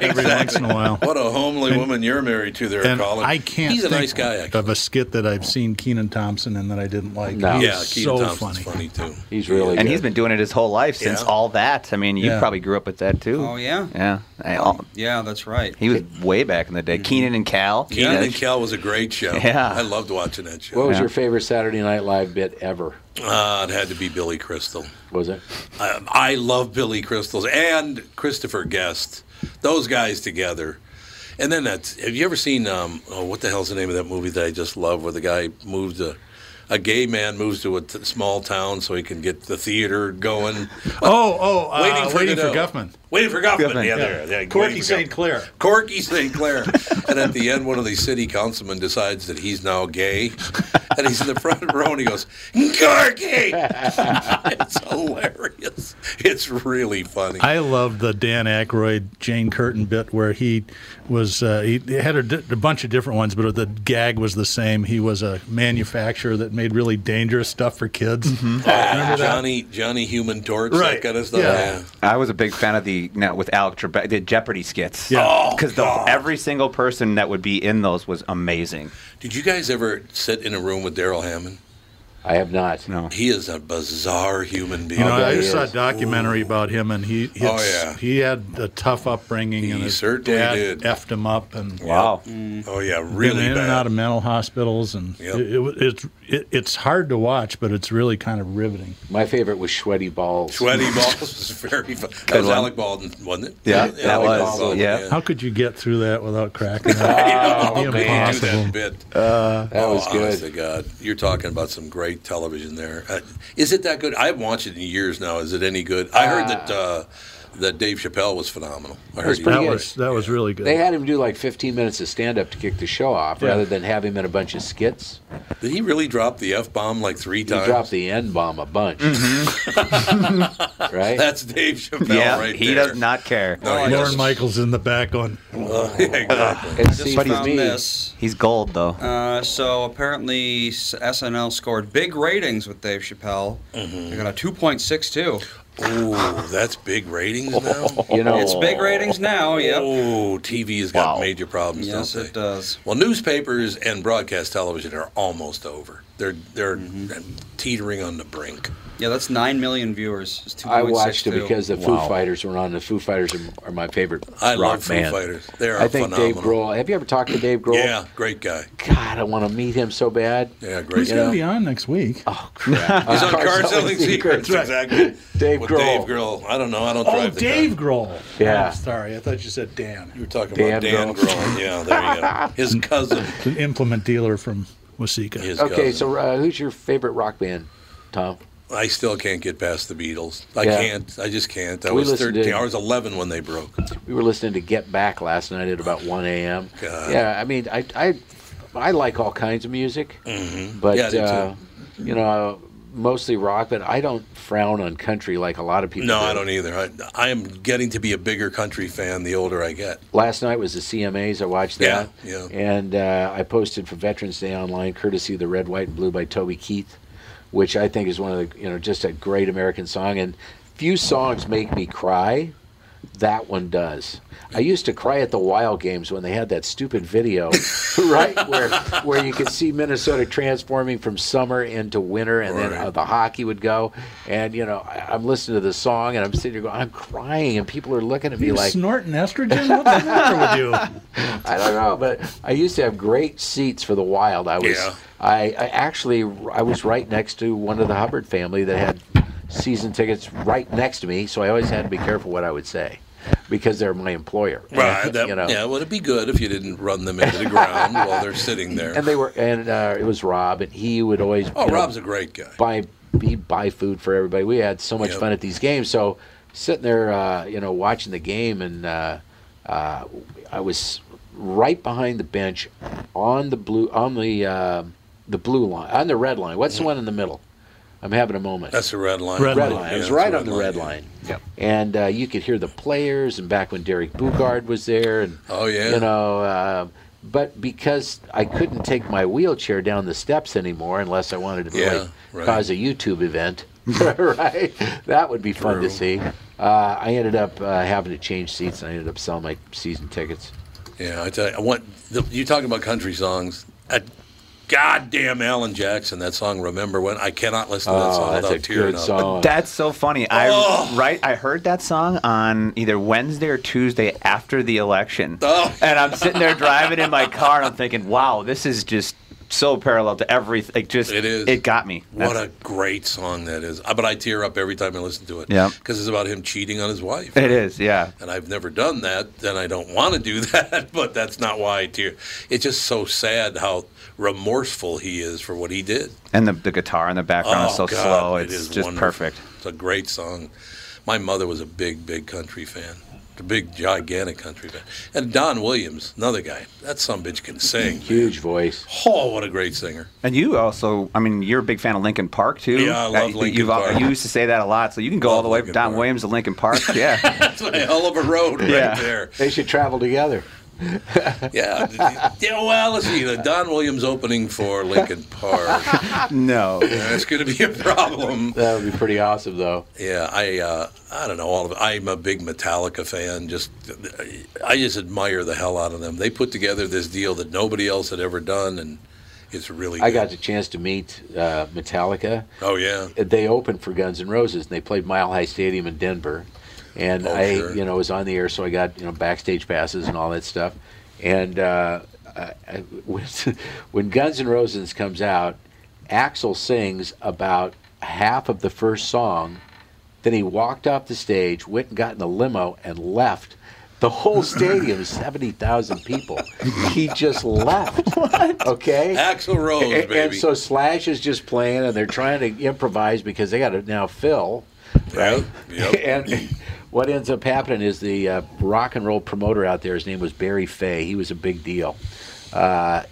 [SPEAKER 2] every once in a while.
[SPEAKER 1] What a homely woman you're married to there,
[SPEAKER 2] And
[SPEAKER 1] Colin.
[SPEAKER 2] I can't
[SPEAKER 1] He's a
[SPEAKER 2] think
[SPEAKER 1] nice guy, actually.
[SPEAKER 2] of a skit that I've seen Keenan Thompson and that I didn't like.
[SPEAKER 5] No.
[SPEAKER 2] He
[SPEAKER 1] Yeah,
[SPEAKER 2] is
[SPEAKER 1] Keith
[SPEAKER 2] so
[SPEAKER 1] Thompson's
[SPEAKER 2] funny.
[SPEAKER 1] funny. too.
[SPEAKER 5] He's really
[SPEAKER 6] And
[SPEAKER 5] good.
[SPEAKER 6] he's been doing it his whole life since
[SPEAKER 1] Yeah.
[SPEAKER 6] all that. I mean, you
[SPEAKER 2] Yeah.
[SPEAKER 6] probably grew up with that too.
[SPEAKER 3] Oh, yeah.
[SPEAKER 6] Yeah. I- all-
[SPEAKER 3] Yeah, that's right.
[SPEAKER 6] he was way back in the day. Keenan and Cal.
[SPEAKER 1] Mm-hmm. Keenan
[SPEAKER 6] Yeah.
[SPEAKER 1] and Cal was a great show.
[SPEAKER 6] Yeah.
[SPEAKER 1] I loved watching that show.
[SPEAKER 5] What was
[SPEAKER 6] Yeah.
[SPEAKER 5] your favorite Saturday Night Live bit ever?
[SPEAKER 1] Uh, it had to be Billy Crystal.
[SPEAKER 5] Was it?
[SPEAKER 1] Um, I love Billy Crystal's and Christopher Guest. Those guys together. And then that's. Have you ever seen? Um, oh, what the hell's the name of that movie that I just love, where the guy moves to. A gay man moves to a t- small town so he can get the theater going.
[SPEAKER 2] Oh, oh, uh,
[SPEAKER 1] Waiting
[SPEAKER 2] waiting
[SPEAKER 1] for
[SPEAKER 2] for,
[SPEAKER 1] Godot.
[SPEAKER 2] Guffman.
[SPEAKER 1] Waiting for Guffman.
[SPEAKER 6] Guffman,
[SPEAKER 1] yeah, there. Yeah,
[SPEAKER 2] Corky
[SPEAKER 1] Waiting for
[SPEAKER 2] St.
[SPEAKER 1] Guffman.
[SPEAKER 2] Clair.
[SPEAKER 1] Corky St. Clair. and at the end, one of these city councilmen decides that he's now gay. And he's in the front row and he goes, Corky! it's hilarious. It's really funny.
[SPEAKER 2] I love the Dan Aykroyd Jane Curtin bit where he was uh, he had a, di- a bunch of different ones, but the gag was the same. He was a manufacturer that made really dangerous stuff for kids.
[SPEAKER 1] Johnny, Johnny Human Torch,
[SPEAKER 2] Right.
[SPEAKER 1] that kind of stuff.
[SPEAKER 2] Yeah.
[SPEAKER 1] Yeah.
[SPEAKER 6] I was a big fan of the now with Alec Trebek, the Jeopardy skits.
[SPEAKER 2] Yeah.
[SPEAKER 1] Oh,
[SPEAKER 6] because
[SPEAKER 1] God.
[SPEAKER 6] every single person that would be in those was amazing.
[SPEAKER 1] Did you guys ever sit in a room with Daryl Hammond?
[SPEAKER 5] I have not.
[SPEAKER 6] No,
[SPEAKER 1] He is a bizarre human being.
[SPEAKER 2] You know,
[SPEAKER 5] bet
[SPEAKER 2] I
[SPEAKER 5] he
[SPEAKER 2] saw a
[SPEAKER 5] is.
[SPEAKER 2] documentary about him, and he his,
[SPEAKER 1] Oh, yeah.
[SPEAKER 2] he had a tough upbringing, and
[SPEAKER 1] He
[SPEAKER 2] his
[SPEAKER 1] certainly
[SPEAKER 2] dad
[SPEAKER 1] did.
[SPEAKER 2] effed him up, and
[SPEAKER 6] wow.
[SPEAKER 1] oh, yeah,
[SPEAKER 2] been
[SPEAKER 1] really
[SPEAKER 2] in
[SPEAKER 1] bad.
[SPEAKER 2] and out of mental hospitals, and
[SPEAKER 1] Yep.
[SPEAKER 2] it, it, it's it, it's hard to watch, but it's really kind of riveting.
[SPEAKER 5] My favorite was Sweaty Balls.
[SPEAKER 1] Sweaty balls was very fun. That was
[SPEAKER 6] one.
[SPEAKER 1] Alec Baldwin, wasn't it?
[SPEAKER 6] Yeah, that
[SPEAKER 1] Alec
[SPEAKER 6] was,
[SPEAKER 1] Baldwin,
[SPEAKER 6] yeah.
[SPEAKER 2] How could you get through that without cracking? up? It'd be
[SPEAKER 1] They do
[SPEAKER 2] impossible.
[SPEAKER 1] that bit.
[SPEAKER 5] That was
[SPEAKER 1] oh, honest to
[SPEAKER 5] good.
[SPEAKER 1] God, you're talking about some great television there. Uh, is it that good? I haven't watched it in years now. Is it any good? I heard that uh, that Dave Chappelle was phenomenal. I heard
[SPEAKER 5] Ah. was
[SPEAKER 1] he
[SPEAKER 5] pretty
[SPEAKER 2] That
[SPEAKER 5] good.
[SPEAKER 2] was that was really good.
[SPEAKER 5] They had him do like 15 minutes of stand up to kick the show off
[SPEAKER 2] Yeah.
[SPEAKER 5] rather than have him in a bunch of skits.
[SPEAKER 1] Did he really drop the f bomb like three
[SPEAKER 5] He
[SPEAKER 1] times?
[SPEAKER 5] dropped the N bomb a bunch. right?
[SPEAKER 1] That's Dave Chappelle
[SPEAKER 6] yeah,
[SPEAKER 1] right
[SPEAKER 6] he
[SPEAKER 1] there.
[SPEAKER 6] does not care.
[SPEAKER 3] Oh,
[SPEAKER 1] No, he
[SPEAKER 2] Lauren
[SPEAKER 1] doesn't.
[SPEAKER 2] Michaels in the back on.
[SPEAKER 1] Oh, yeah, exactly.
[SPEAKER 5] And
[SPEAKER 3] Just
[SPEAKER 5] see, for
[SPEAKER 3] found
[SPEAKER 5] me,
[SPEAKER 3] this.
[SPEAKER 6] He's gold though.
[SPEAKER 1] Oh.
[SPEAKER 3] Uh, so apparently s- SNL scored big ratings with Dave Chappelle.
[SPEAKER 1] Mm-hmm.
[SPEAKER 3] They got a 2.62.
[SPEAKER 1] Ooh, that's big ratings now.
[SPEAKER 5] you know,
[SPEAKER 3] It's big ratings now. Yep.
[SPEAKER 1] Oh, TV has got major problems,
[SPEAKER 3] Yes,
[SPEAKER 1] don't
[SPEAKER 6] uh,
[SPEAKER 3] it
[SPEAKER 1] they?
[SPEAKER 3] does.
[SPEAKER 1] Well, newspapers and broadcast television are almost over. They're they're
[SPEAKER 6] Mm-hmm.
[SPEAKER 1] teetering on the brink.
[SPEAKER 3] Yeah, that's nine million viewers. It's
[SPEAKER 5] I watched it
[SPEAKER 3] 2.62.
[SPEAKER 5] because the Foo Fighters were on. The Foo Fighters are, are my favorite
[SPEAKER 1] I
[SPEAKER 5] rock
[SPEAKER 1] love Foo
[SPEAKER 5] band.
[SPEAKER 1] Fighters. They are
[SPEAKER 5] I think
[SPEAKER 1] phenomenal.
[SPEAKER 5] Dave Grohl. Have you ever talked to Dave Grohl?
[SPEAKER 1] Yeah, great guy.
[SPEAKER 5] God, I want to meet him so bad.
[SPEAKER 1] Yeah, great
[SPEAKER 2] He's
[SPEAKER 1] guy.
[SPEAKER 2] going to be on next week.
[SPEAKER 5] Oh crap!
[SPEAKER 1] He's on Car Selling Secrets, exactly.
[SPEAKER 5] Dave
[SPEAKER 1] With
[SPEAKER 5] Grohl.
[SPEAKER 1] Dave Grohl. I don't know. I don't
[SPEAKER 2] Oh,
[SPEAKER 1] drive the
[SPEAKER 2] Dave
[SPEAKER 1] car.
[SPEAKER 2] Grohl.
[SPEAKER 5] Yeah.
[SPEAKER 2] Oh, sorry, I thought you said Dan.
[SPEAKER 1] You were talking
[SPEAKER 5] Dan
[SPEAKER 1] about Dan
[SPEAKER 5] Grohl.
[SPEAKER 1] Grohl. Yeah, there you go. His cousin.
[SPEAKER 2] An implement dealer from Wasika.
[SPEAKER 1] His
[SPEAKER 5] Okay,
[SPEAKER 1] cousin.
[SPEAKER 5] so uh, who's your favorite rock band, Tom?
[SPEAKER 1] I still can't get past the Beatles. I
[SPEAKER 5] Yeah.
[SPEAKER 1] can't. I just can't. I
[SPEAKER 5] We
[SPEAKER 1] was
[SPEAKER 5] listened to-
[SPEAKER 1] 13. I was 11 when they broke.
[SPEAKER 5] We were listening to Get Back last night at about 1 a.m.
[SPEAKER 1] God.
[SPEAKER 5] Yeah, I mean, I, I, I like all kinds of music, but
[SPEAKER 1] Mm-hmm. Yeah, I do too.
[SPEAKER 5] uh, you know, mostly rock. But I don't frown on country like a lot of people.
[SPEAKER 1] No,
[SPEAKER 5] do.
[SPEAKER 1] I don't either. I, I am getting to be a bigger country fan the older I get.
[SPEAKER 5] Last night was the CMAs. I watched that.
[SPEAKER 1] Yeah, yeah.
[SPEAKER 5] And uh, I posted for Veterans Day online, courtesy of the Red, White, and Blue by Toby Keith, which I think is one of the you know just a great American song. And few songs make me cry. That one does. I used to cry at the Wild Games when they had that stupid video, right, where where you could see Minnesota transforming from summer into winter, and then
[SPEAKER 1] Right.
[SPEAKER 5] uh, the hockey would go. And you know, I, I'm listening to the song, and I'm sitting there going, I'm crying, and people are looking at me
[SPEAKER 2] You
[SPEAKER 5] like,
[SPEAKER 2] snorting estrogen? What's the matter with you?
[SPEAKER 5] I don't know, but I used to have great seats for the Wild. I was,
[SPEAKER 1] Yeah.
[SPEAKER 5] I, I actually, I was right next to one of the Hubbard family that had season tickets right next to me, so I always had to be careful what I would say because they're my employer.
[SPEAKER 1] Right.
[SPEAKER 5] And,
[SPEAKER 1] That,
[SPEAKER 5] you know,
[SPEAKER 1] Yeah, would it be good if you didn't run them into the ground while they're sitting there?
[SPEAKER 5] and they were, and uh, it was Rob, and he would always.
[SPEAKER 1] oh,
[SPEAKER 5] you know,
[SPEAKER 1] Rob's a great guy.
[SPEAKER 5] buy he buy food for everybody. We had so much
[SPEAKER 1] Yep.
[SPEAKER 5] fun at these games. So sitting there, uh, you know, watching the game, and uh, uh, I was right behind the bench on the blue on the uh, the blue line on the red line. What's the one in the middle? I'm having a moment.
[SPEAKER 1] That's the red line.
[SPEAKER 2] Red
[SPEAKER 5] red
[SPEAKER 2] line.
[SPEAKER 5] line. It
[SPEAKER 1] Yeah,
[SPEAKER 5] was
[SPEAKER 1] that's
[SPEAKER 5] right on the red
[SPEAKER 1] yeah.
[SPEAKER 5] line. And uh, you could hear the players, and back when Derek Bugard was there, and
[SPEAKER 1] Oh, yeah.
[SPEAKER 5] you know. Uh, but because I couldn't take my wheelchair down the steps anymore, unless I wanted to
[SPEAKER 1] Yeah,
[SPEAKER 5] like,
[SPEAKER 1] right.
[SPEAKER 5] cause a YouTube event, right? That would be fun to
[SPEAKER 1] True.
[SPEAKER 5] see. Uh, I ended up uh, having to change seats, and I ended up selling my season tickets.
[SPEAKER 1] Yeah, I tell you, I want the, you talking about country songs. Uh, goddamn Alan Jackson, that song "Remember When." I cannot listen to that
[SPEAKER 5] Oh,
[SPEAKER 1] song
[SPEAKER 5] that's
[SPEAKER 1] without
[SPEAKER 5] a
[SPEAKER 1] tearing
[SPEAKER 5] good
[SPEAKER 1] up.
[SPEAKER 5] song.
[SPEAKER 6] That's so funny. I
[SPEAKER 1] Oh.
[SPEAKER 6] right. I heard that song on either Wednesday or Tuesday after the election,
[SPEAKER 1] Oh.
[SPEAKER 6] and I'm sitting there driving in my car, and I'm thinking, "Wow, this is just so parallel to everything." Like, just
[SPEAKER 1] It is.
[SPEAKER 6] It got me.
[SPEAKER 1] What
[SPEAKER 6] That's-
[SPEAKER 1] a great song that is! Uh, But I tear up every time I listen to it.
[SPEAKER 6] Yeah.
[SPEAKER 1] because it's about him cheating on his wife.
[SPEAKER 6] It is. Yeah.
[SPEAKER 1] and I've never done that, and I don't want to do that, but that's not why I tear. It's just so sad how remorseful he is for what he did.
[SPEAKER 6] And the, the guitar in the background is so
[SPEAKER 1] Oh, God,
[SPEAKER 6] slow.
[SPEAKER 1] it
[SPEAKER 6] It's
[SPEAKER 1] is
[SPEAKER 6] just
[SPEAKER 1] wonderful.
[SPEAKER 6] perfect.
[SPEAKER 1] It's a great song. My mother was a big, big country fan. A big, gigantic country fan. And Don Williams, another guy. That some bitch can sing.
[SPEAKER 5] Huge voice.
[SPEAKER 1] Oh, what a great singer.
[SPEAKER 6] And you also, I mean, you're a big fan of Lincoln Park too.
[SPEAKER 1] Yeah, I love
[SPEAKER 6] Uh,
[SPEAKER 1] Linkin
[SPEAKER 6] you've,
[SPEAKER 1] Park.
[SPEAKER 6] You used to say that a lot, so you can go
[SPEAKER 1] Love
[SPEAKER 6] all the way from
[SPEAKER 1] Linkin
[SPEAKER 6] Don
[SPEAKER 1] Park.
[SPEAKER 6] Williams to Lincoln Park. Yeah.
[SPEAKER 1] That's a hell of a road right
[SPEAKER 6] Yeah.
[SPEAKER 1] there.
[SPEAKER 5] They should travel together.
[SPEAKER 1] Yeah. yeah. Well, let's see. The Don Williams opening for Lincoln Park.
[SPEAKER 6] no.
[SPEAKER 1] That's going to be a problem.
[SPEAKER 5] That would be pretty awesome, though.
[SPEAKER 1] Yeah, I uh, I don't know all of it. I'm a big Metallica fan. Just I just admire the hell out of them. They put together this deal that nobody else had ever done, and it's really.
[SPEAKER 5] I
[SPEAKER 1] good.
[SPEAKER 5] got the chance to meet uh, Metallica.
[SPEAKER 1] Oh yeah,
[SPEAKER 5] they opened for Guns N' Roses and they played Mile High Stadium in Denver. And
[SPEAKER 1] Oh,
[SPEAKER 5] I,
[SPEAKER 1] sure.
[SPEAKER 5] you know, was on the air, so I got you know backstage passes and all that stuff. And uh, I, I, when, when Guns N' Roses comes out, Axel sings about half of the first song. Then he walked off the stage, went and got in a limo, and left. The whole stadium, seventy thousand people. He just left. Okay.
[SPEAKER 1] Axl Rose,
[SPEAKER 5] A- and,
[SPEAKER 1] baby.
[SPEAKER 5] so Slash is just playing, and they're trying to improvise because they got to now fill, right?
[SPEAKER 1] Yep, yep.
[SPEAKER 5] and what ends up happening is the uh, rock and roll promoter out there. His name was Barry Fay. He was a big deal. Uh,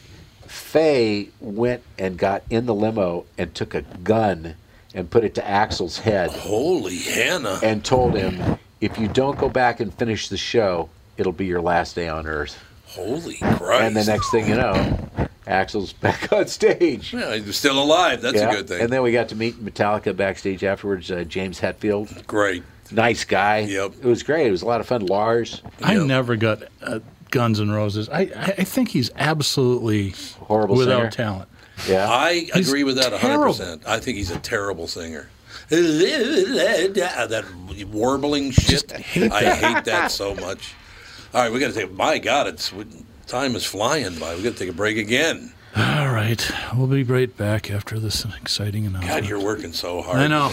[SPEAKER 5] Fay went and got in the limo and took a gun and put it to Axel's head
[SPEAKER 1] Holy Hannah!
[SPEAKER 5] and told him, "If you don't go back and finish the show, it'll be your last day on Earth."
[SPEAKER 1] Holy Christ!
[SPEAKER 5] And the next thing you know, Axel's back on stage.
[SPEAKER 1] Yeah, he's still alive. That's
[SPEAKER 5] Yeah,
[SPEAKER 1] a good thing.
[SPEAKER 5] And then we got to meet Metallica backstage afterwards. Uh, James Hetfield,
[SPEAKER 1] Great.
[SPEAKER 5] nice guy.
[SPEAKER 1] Yep.
[SPEAKER 5] It was great. It was a lot of fun. Lars,
[SPEAKER 2] I
[SPEAKER 1] Yep.
[SPEAKER 2] never got uh, Guns N' Roses. I, I I think he's absolutely
[SPEAKER 5] Horrible
[SPEAKER 2] without
[SPEAKER 5] singer.
[SPEAKER 2] talent.
[SPEAKER 5] Yeah.
[SPEAKER 1] I
[SPEAKER 2] He's
[SPEAKER 1] agree with that 100%.
[SPEAKER 2] terrible.
[SPEAKER 1] I think he's a terrible singer. That warbling shit. I hate that so much. All right, we got to take. My God, it's time is flying by. We got to take a break again.
[SPEAKER 2] All right, we'll be right back after this exciting announcement.
[SPEAKER 1] God, you're working so hard.
[SPEAKER 2] I know.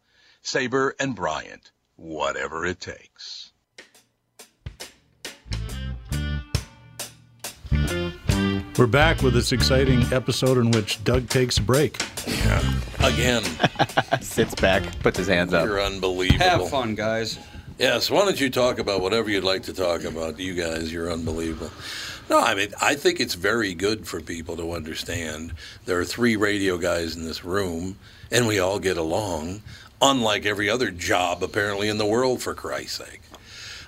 [SPEAKER 8] Saber and Bryant, whatever it takes.
[SPEAKER 2] We're back with this exciting episode in which Doug takes a break.
[SPEAKER 1] Again,
[SPEAKER 9] Sits back, puts his hands up.
[SPEAKER 1] you're unbelievable.
[SPEAKER 3] Have fun, guys.
[SPEAKER 1] Yes, why don't you talk about whatever you'd like to talk about? You guys, you're unbelievable. No, I mean, I think it's very good for people to understand there are three radio guys in this room and we all get along, unlike every other job apparently in the world, for Christ's sake.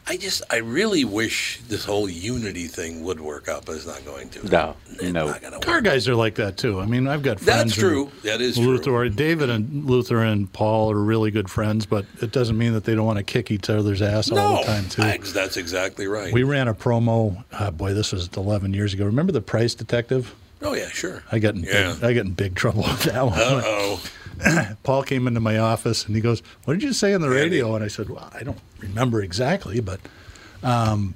[SPEAKER 1] I just, I really wish this whole unity thing would work out, but it's not going to.
[SPEAKER 5] No,
[SPEAKER 1] It's
[SPEAKER 9] no.
[SPEAKER 1] not gonna
[SPEAKER 2] Car
[SPEAKER 1] work.
[SPEAKER 2] guys are like that too. I mean, I've got friends.
[SPEAKER 1] That's
[SPEAKER 2] in
[SPEAKER 1] true. That is
[SPEAKER 2] Luther,
[SPEAKER 1] true.
[SPEAKER 2] David and Luther and Paul are really good friends, but it doesn't mean that they don't want to kick each other's ass all
[SPEAKER 1] No,
[SPEAKER 2] the time too.
[SPEAKER 1] ex- that's exactly right.
[SPEAKER 2] we ran a promo. ah, boy, this was 11 years ago. Remember the Price Detective?
[SPEAKER 1] oh yeah, sure.
[SPEAKER 2] I got in
[SPEAKER 1] Yeah.
[SPEAKER 2] big, I got in big trouble with that one.
[SPEAKER 1] Uh oh.
[SPEAKER 2] Paul came into my office and he goes, "What did you say on the radio?" And I said, "Well, I don't remember exactly, but." Um,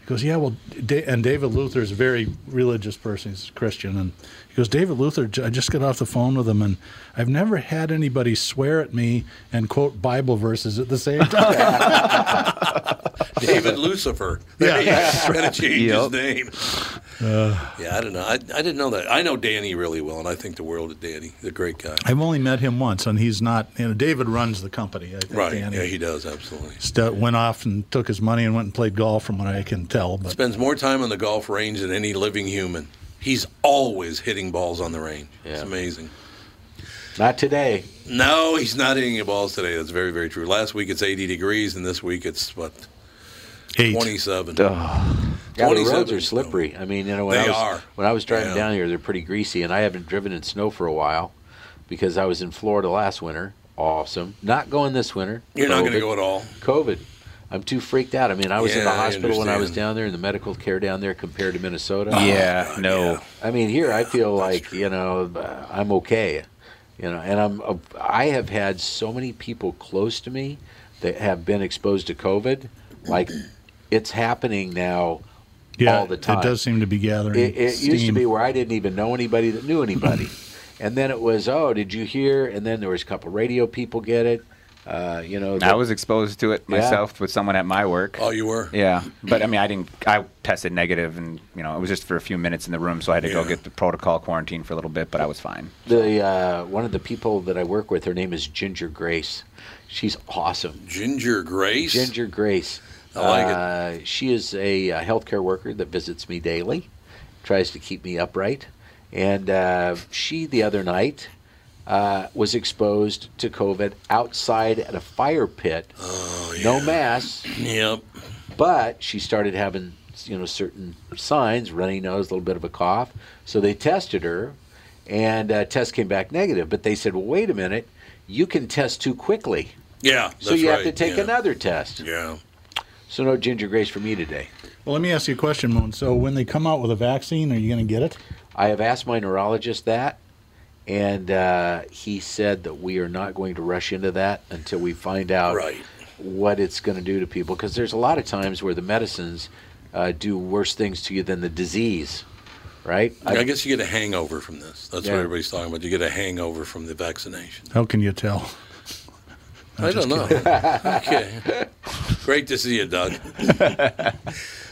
[SPEAKER 2] he goes, "Yeah, well," da- and David Luther is a very religious person. He's a Christian, and he goes, "David Luther, j- I just got off the phone with him, and I've never had anybody swear at me and quote Bible verses at the same time."
[SPEAKER 1] David Lucifer.
[SPEAKER 2] Yeah. Uh.
[SPEAKER 1] going to change
[SPEAKER 9] Yep.
[SPEAKER 1] his name. yeah, I don't know. I, I didn't know that. I know Danny really well, and I think the world of Danny. He's a great guy.
[SPEAKER 2] I've only met him once, and he's not. You know, David runs the company. I think
[SPEAKER 1] Right.
[SPEAKER 2] Danny
[SPEAKER 1] Yeah, he does, absolutely.
[SPEAKER 2] st- went off and took his money and went and played golf, from what I can tell. But
[SPEAKER 1] Spends more time on the golf range than any living human. He's always hitting balls on the range. It's
[SPEAKER 5] Yeah.
[SPEAKER 1] amazing.
[SPEAKER 5] Not today.
[SPEAKER 1] No, he's not hitting any balls today. That's very, very true. Last week it's 80 degrees, and this week it's, what,
[SPEAKER 2] eight.
[SPEAKER 1] 27.
[SPEAKER 5] Yeah, the
[SPEAKER 1] 27,
[SPEAKER 5] roads are slippery. I mean, you know, when
[SPEAKER 1] They
[SPEAKER 5] I was,
[SPEAKER 1] are.
[SPEAKER 5] When I was driving
[SPEAKER 1] Yeah.
[SPEAKER 5] down here, they're pretty greasy, and I haven't driven in snow for a while because I was in Florida last winter. Awesome. Not going this winter.
[SPEAKER 1] You're not going
[SPEAKER 2] Oh.
[SPEAKER 1] to
[SPEAKER 5] COVID.
[SPEAKER 1] go at all.
[SPEAKER 5] COVID. I'm too freaked out. I mean, I was in
[SPEAKER 1] Yeah,
[SPEAKER 5] the
[SPEAKER 1] I
[SPEAKER 5] hospital when I was
[SPEAKER 1] understand.
[SPEAKER 5] down there, and the medical care down there compared to Minnesota.
[SPEAKER 9] yeah, no.
[SPEAKER 5] I mean, here I feel like you know uh, I'm okay, you know, and I'm uh, I have had so many people close to me that have been exposed to COVID, like it's happening now all the time.
[SPEAKER 2] It does seem to be gathering.
[SPEAKER 5] It, it used to
[SPEAKER 2] steam.
[SPEAKER 5] be where I didn't even know anybody that knew anybody, and then it was oh did you hear? And then there was a couple radio people get it, uh, you know.
[SPEAKER 9] I
[SPEAKER 5] that-
[SPEAKER 9] was exposed to it
[SPEAKER 5] Yeah.
[SPEAKER 9] myself with someone at my work.
[SPEAKER 1] Oh, you were?
[SPEAKER 9] Yeah, but I mean, I didn't. I tested negative, and you know, it was just for a few minutes in the room, so I had to go
[SPEAKER 1] Yeah.
[SPEAKER 9] get the protocol quarantine for a little bit, but I was fine.
[SPEAKER 5] the uh, one of the people that I work with. Her name is Ginger Grace. She's awesome.
[SPEAKER 1] Ginger Grace?
[SPEAKER 5] Ginger Grace.
[SPEAKER 1] I like it.
[SPEAKER 5] uh, She is a, uh healthcare worker that visits me daily, tries to keep me upright, and uh, she the other night uh, was exposed to COVID outside at a fire pit,
[SPEAKER 1] Oh, yeah.
[SPEAKER 5] no mask,
[SPEAKER 1] Yep.
[SPEAKER 5] but she started having you know certain signs, runny nose, a little bit of a cough. So they tested her, and uh, test came back negative. But they said, well, wait a minute, you can test too quickly,
[SPEAKER 1] Yeah. That's
[SPEAKER 5] so you
[SPEAKER 1] right.
[SPEAKER 5] have to take
[SPEAKER 1] yeah.
[SPEAKER 5] another test.
[SPEAKER 1] Yeah.
[SPEAKER 5] So no ginger grace for me today.
[SPEAKER 2] Well, let me ask you a question, Moon. So, when they come out with a vaccine, are you going to get it?
[SPEAKER 5] I have asked my neurologist that, and uh, he said that we are not going to rush into that until we find out
[SPEAKER 1] Right.
[SPEAKER 5] what it's going to do to people. Because there's a lot of times where the medicines uh, do worse things to you than the disease. right?
[SPEAKER 1] I guess you get a hangover from this. That's
[SPEAKER 5] Yeah.
[SPEAKER 1] what everybody's talking about. You get a hangover from the vaccination.
[SPEAKER 2] How can you tell?
[SPEAKER 1] I don't know. okay. Great to see you, Doug.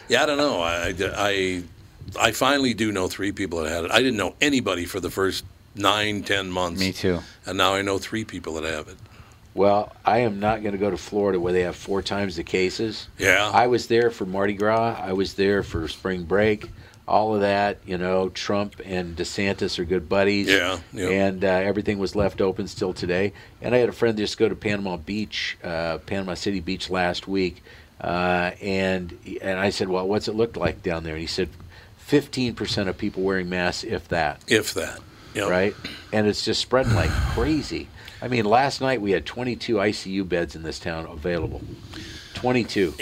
[SPEAKER 1] yeah, I don't know. I, I, I finally do know three people that had it. I didn't know anybody for the first nine, ten months.
[SPEAKER 9] Me too.
[SPEAKER 1] And now I know three people that have it.
[SPEAKER 5] Well, I am not going to go to Florida where they have four times the cases.
[SPEAKER 1] Yeah.
[SPEAKER 5] I was there for Mardi Gras. I was there for spring break. All of that, you know, Trump and DeSantis are good buddies.
[SPEAKER 1] Yeah, yeah.
[SPEAKER 5] And uh, everything was left open still today. And I had a friend just go to Panama Beach, uh, Panama City Beach last week. Uh, and, and I said, well, what's it looked like down there? And he said, 15% of people wearing masks, if that
[SPEAKER 1] if that. Yep.
[SPEAKER 5] right? And it's just spreading like crazy. I mean, last night we had 22 ICU beds in this town available. 22.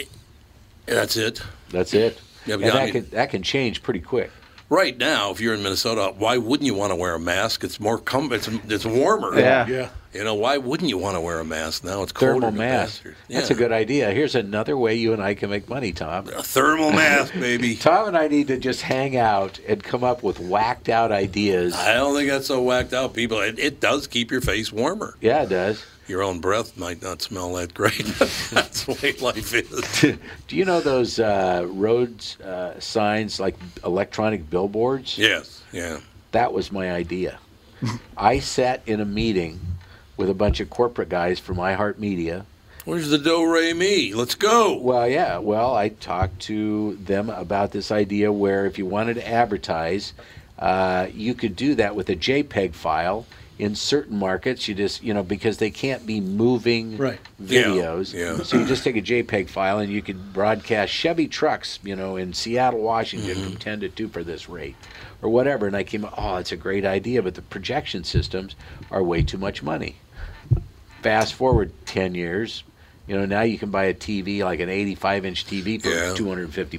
[SPEAKER 1] That's it.
[SPEAKER 5] That's it.
[SPEAKER 1] Yeah, but
[SPEAKER 5] and
[SPEAKER 1] yeah, I
[SPEAKER 5] that
[SPEAKER 1] mean-
[SPEAKER 5] can that can change pretty quick.
[SPEAKER 1] Right now, if you're in Minnesota, why wouldn't you want to wear a mask? It's more com- it's, it's warmer.
[SPEAKER 9] Yeah.
[SPEAKER 2] Yeah.
[SPEAKER 1] You know, why wouldn't you want to wear a mask now? It's colder.
[SPEAKER 5] Thermal
[SPEAKER 1] than
[SPEAKER 5] mask.
[SPEAKER 1] bastard.
[SPEAKER 5] That's
[SPEAKER 1] Yeah.
[SPEAKER 5] a good idea. Here's another way you and I can make money, Tom.
[SPEAKER 1] A thermal mask, baby.
[SPEAKER 5] Tom and I need to just hang out and come up with whacked out ideas.
[SPEAKER 1] I don't think that's so whacked out, people. It, it does keep your face warmer.
[SPEAKER 5] yeah, it does.
[SPEAKER 1] Your own breath might not smell that great. but that's the way life is.
[SPEAKER 5] Do you know those uh, roads uh, signs like electronic billboards?
[SPEAKER 1] yes. Yeah.
[SPEAKER 5] That was my idea. I sat in a meeting with a bunch of corporate guys from iHeartMedia.
[SPEAKER 1] Where's the do re mi? Let's go.
[SPEAKER 5] Well, yeah, well, I talked to them about this idea where if you wanted to advertise, uh, you could do that with a JPEG file in certain markets. You just, you know, because they can't be moving
[SPEAKER 2] Right.
[SPEAKER 1] Yeah,
[SPEAKER 5] videos.
[SPEAKER 1] yeah.
[SPEAKER 5] So you just take a JPEG file and you could broadcast Chevy trucks, you know, in Seattle, Washington
[SPEAKER 1] Mm-hmm.
[SPEAKER 5] from 10 to 2 for this rate or whatever. And I came, oh, it's a great idea, but the projection systems are way too much money. Fast forward 10 years, you know, now you can buy a TV, like an 85 inch TV for
[SPEAKER 1] Yeah.
[SPEAKER 5] 250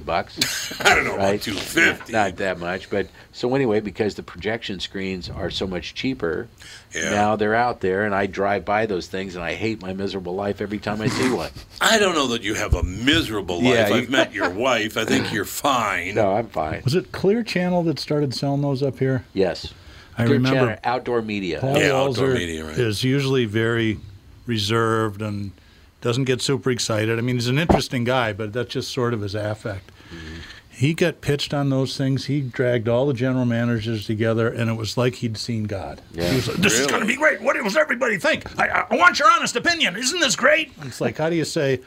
[SPEAKER 5] bucks.
[SPEAKER 1] I don't know
[SPEAKER 5] Right.
[SPEAKER 1] about 250.
[SPEAKER 5] Not that much, but so anyway, because the projection screens are so much cheaper,
[SPEAKER 1] Yeah.
[SPEAKER 5] now they're out there, and I drive by those things, and I hate my miserable life every time I see one.
[SPEAKER 1] I don't know that you have a miserable life.
[SPEAKER 9] Yeah, you-
[SPEAKER 1] I've met your wife. I think you're fine.
[SPEAKER 5] No, I'm fine.
[SPEAKER 2] Was it Clear Channel that started selling those up here?
[SPEAKER 5] Yes.
[SPEAKER 2] I
[SPEAKER 5] Clear
[SPEAKER 2] remember
[SPEAKER 5] Channel, outdoor media.
[SPEAKER 2] Paul
[SPEAKER 1] Yeah, outdoor
[SPEAKER 2] Walzer
[SPEAKER 1] media, right.
[SPEAKER 2] is usually very reserved and doesn't get super excited. I mean, he's an interesting guy, but that's just sort of his affect.
[SPEAKER 1] Mm-hmm.
[SPEAKER 2] He got pitched on those things. He dragged all the general managers together, and it was like he'd seen God.
[SPEAKER 5] Yeah.
[SPEAKER 2] He was like, "This is
[SPEAKER 1] Really?
[SPEAKER 2] going to be great. What does everybody think? I, I want your honest opinion. Isn't this great?" And It's like, how do you say,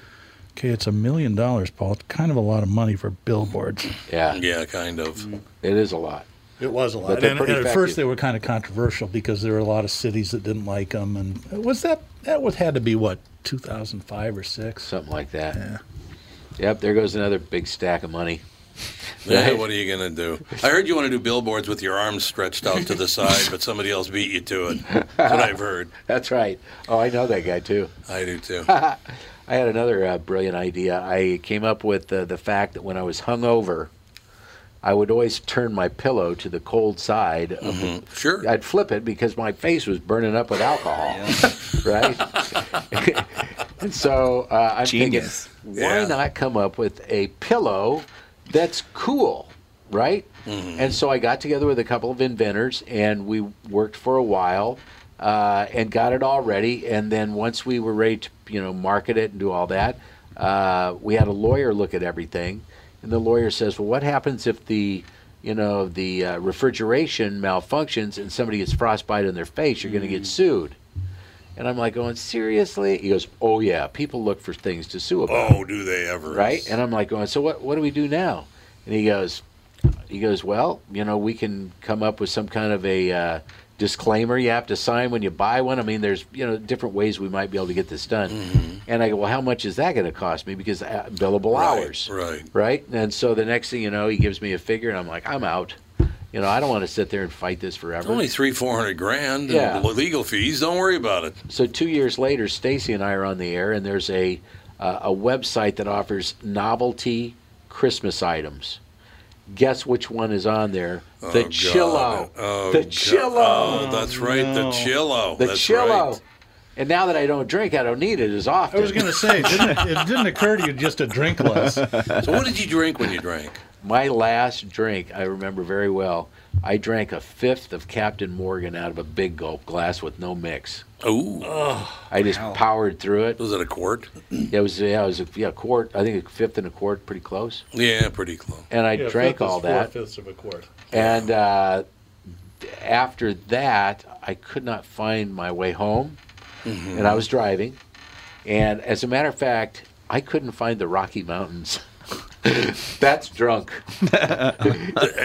[SPEAKER 2] "Okay, it's a million dollars, Paul. It's kind of a lot of money for billboards."
[SPEAKER 5] Yeah,
[SPEAKER 1] Yeah, kind of.
[SPEAKER 5] it is a lot.
[SPEAKER 2] It was a lot.
[SPEAKER 5] they're
[SPEAKER 2] And,
[SPEAKER 5] pretty
[SPEAKER 2] and at
[SPEAKER 5] effective.
[SPEAKER 2] first, they were kind of controversial because there were a lot of cities that didn't like them. And was that that was had to be what 2005 or six?
[SPEAKER 5] Something like that. Yep, there goes another big stack of money.
[SPEAKER 1] Yeah, what are you going to do? I heard you want to do billboards with your arms stretched out to the side, but somebody else beat you to it. That's what I've heard.
[SPEAKER 5] That's right. Oh, I know that guy too.
[SPEAKER 1] I do too.
[SPEAKER 5] I had another uh, brilliant idea. I came up with uh, the fact that when I was hungover, I would always turn my pillow to the cold side of the
[SPEAKER 1] Sure.
[SPEAKER 5] I'd flip it because my face was burning up with alcohol, right? and so uh, I'm
[SPEAKER 9] Genius.
[SPEAKER 5] thinking, why
[SPEAKER 1] Yeah.
[SPEAKER 5] not come up with a pillow that's cool, right? And so I got together with a couple of inventors and we worked for a while uh, and got it all ready. And then once we were ready to, you know, market it and do all that, uh, we had a lawyer look at everything. And the lawyer says, "Well, what happens if the, you know, the uh, refrigeration malfunctions and somebody gets frostbite in their face? You're going to get sued." And I'm like, "Going seriously?" He goes, "Oh yeah, people look for things to sue about,
[SPEAKER 1] Oh, do they ever?
[SPEAKER 5] right?" And I'm like, "Going so what? What do we do now?" And he goes, "He goes, well, you know, we can come up with some kind of a." Uh, disclaimer you have to sign when you buy one i mean there's you know different ways we might be able to get this done and i go well how much is that going to cost me because uh, billable
[SPEAKER 1] Mm-hmm. Right,
[SPEAKER 5] hours
[SPEAKER 1] Right.
[SPEAKER 5] right? And so the next thing you know, he gives me a figure, and I'm like, I'm out. You know, I don't want to sit there and fight this forever.
[SPEAKER 1] Only three, four hundred grand. in
[SPEAKER 5] Yeah.
[SPEAKER 1] Legal fees. Don't worry about it.
[SPEAKER 5] so two years later, Stacy and I are on the air, and there's a uh, a website that offers novelty Christmas items. Guess which one is on there? The
[SPEAKER 1] Oh, God.
[SPEAKER 5] Chillo.
[SPEAKER 1] Oh,
[SPEAKER 5] the
[SPEAKER 1] God.
[SPEAKER 5] Chillo.
[SPEAKER 1] Oh, that's right. The Chillo.
[SPEAKER 5] the
[SPEAKER 1] that's
[SPEAKER 5] Chillo.
[SPEAKER 1] Right.
[SPEAKER 5] And now that I don't drink, I don't need it as often.
[SPEAKER 2] I was going to say, didn't, it didn't occur to you just to drink less.
[SPEAKER 1] So, what did you drink when you drank?
[SPEAKER 5] My last drink, I remember very well. I drank a fifth of Captain Morgan out of a big gulp glass with no mix.
[SPEAKER 1] Ooh.
[SPEAKER 5] I just powered through it.
[SPEAKER 1] Was it a quart?
[SPEAKER 5] Yeah, it was yeah, it was a yeah, quart. I think a fifth and a quart, pretty close.
[SPEAKER 1] Yeah, pretty close.
[SPEAKER 5] And I drank all that.
[SPEAKER 2] Four fifths of a quart.
[SPEAKER 5] And uh, after that, I could not find my way home, and I was driving. And as a matter of fact, I couldn't find the Rocky Mountains. That's drunk.
[SPEAKER 1] And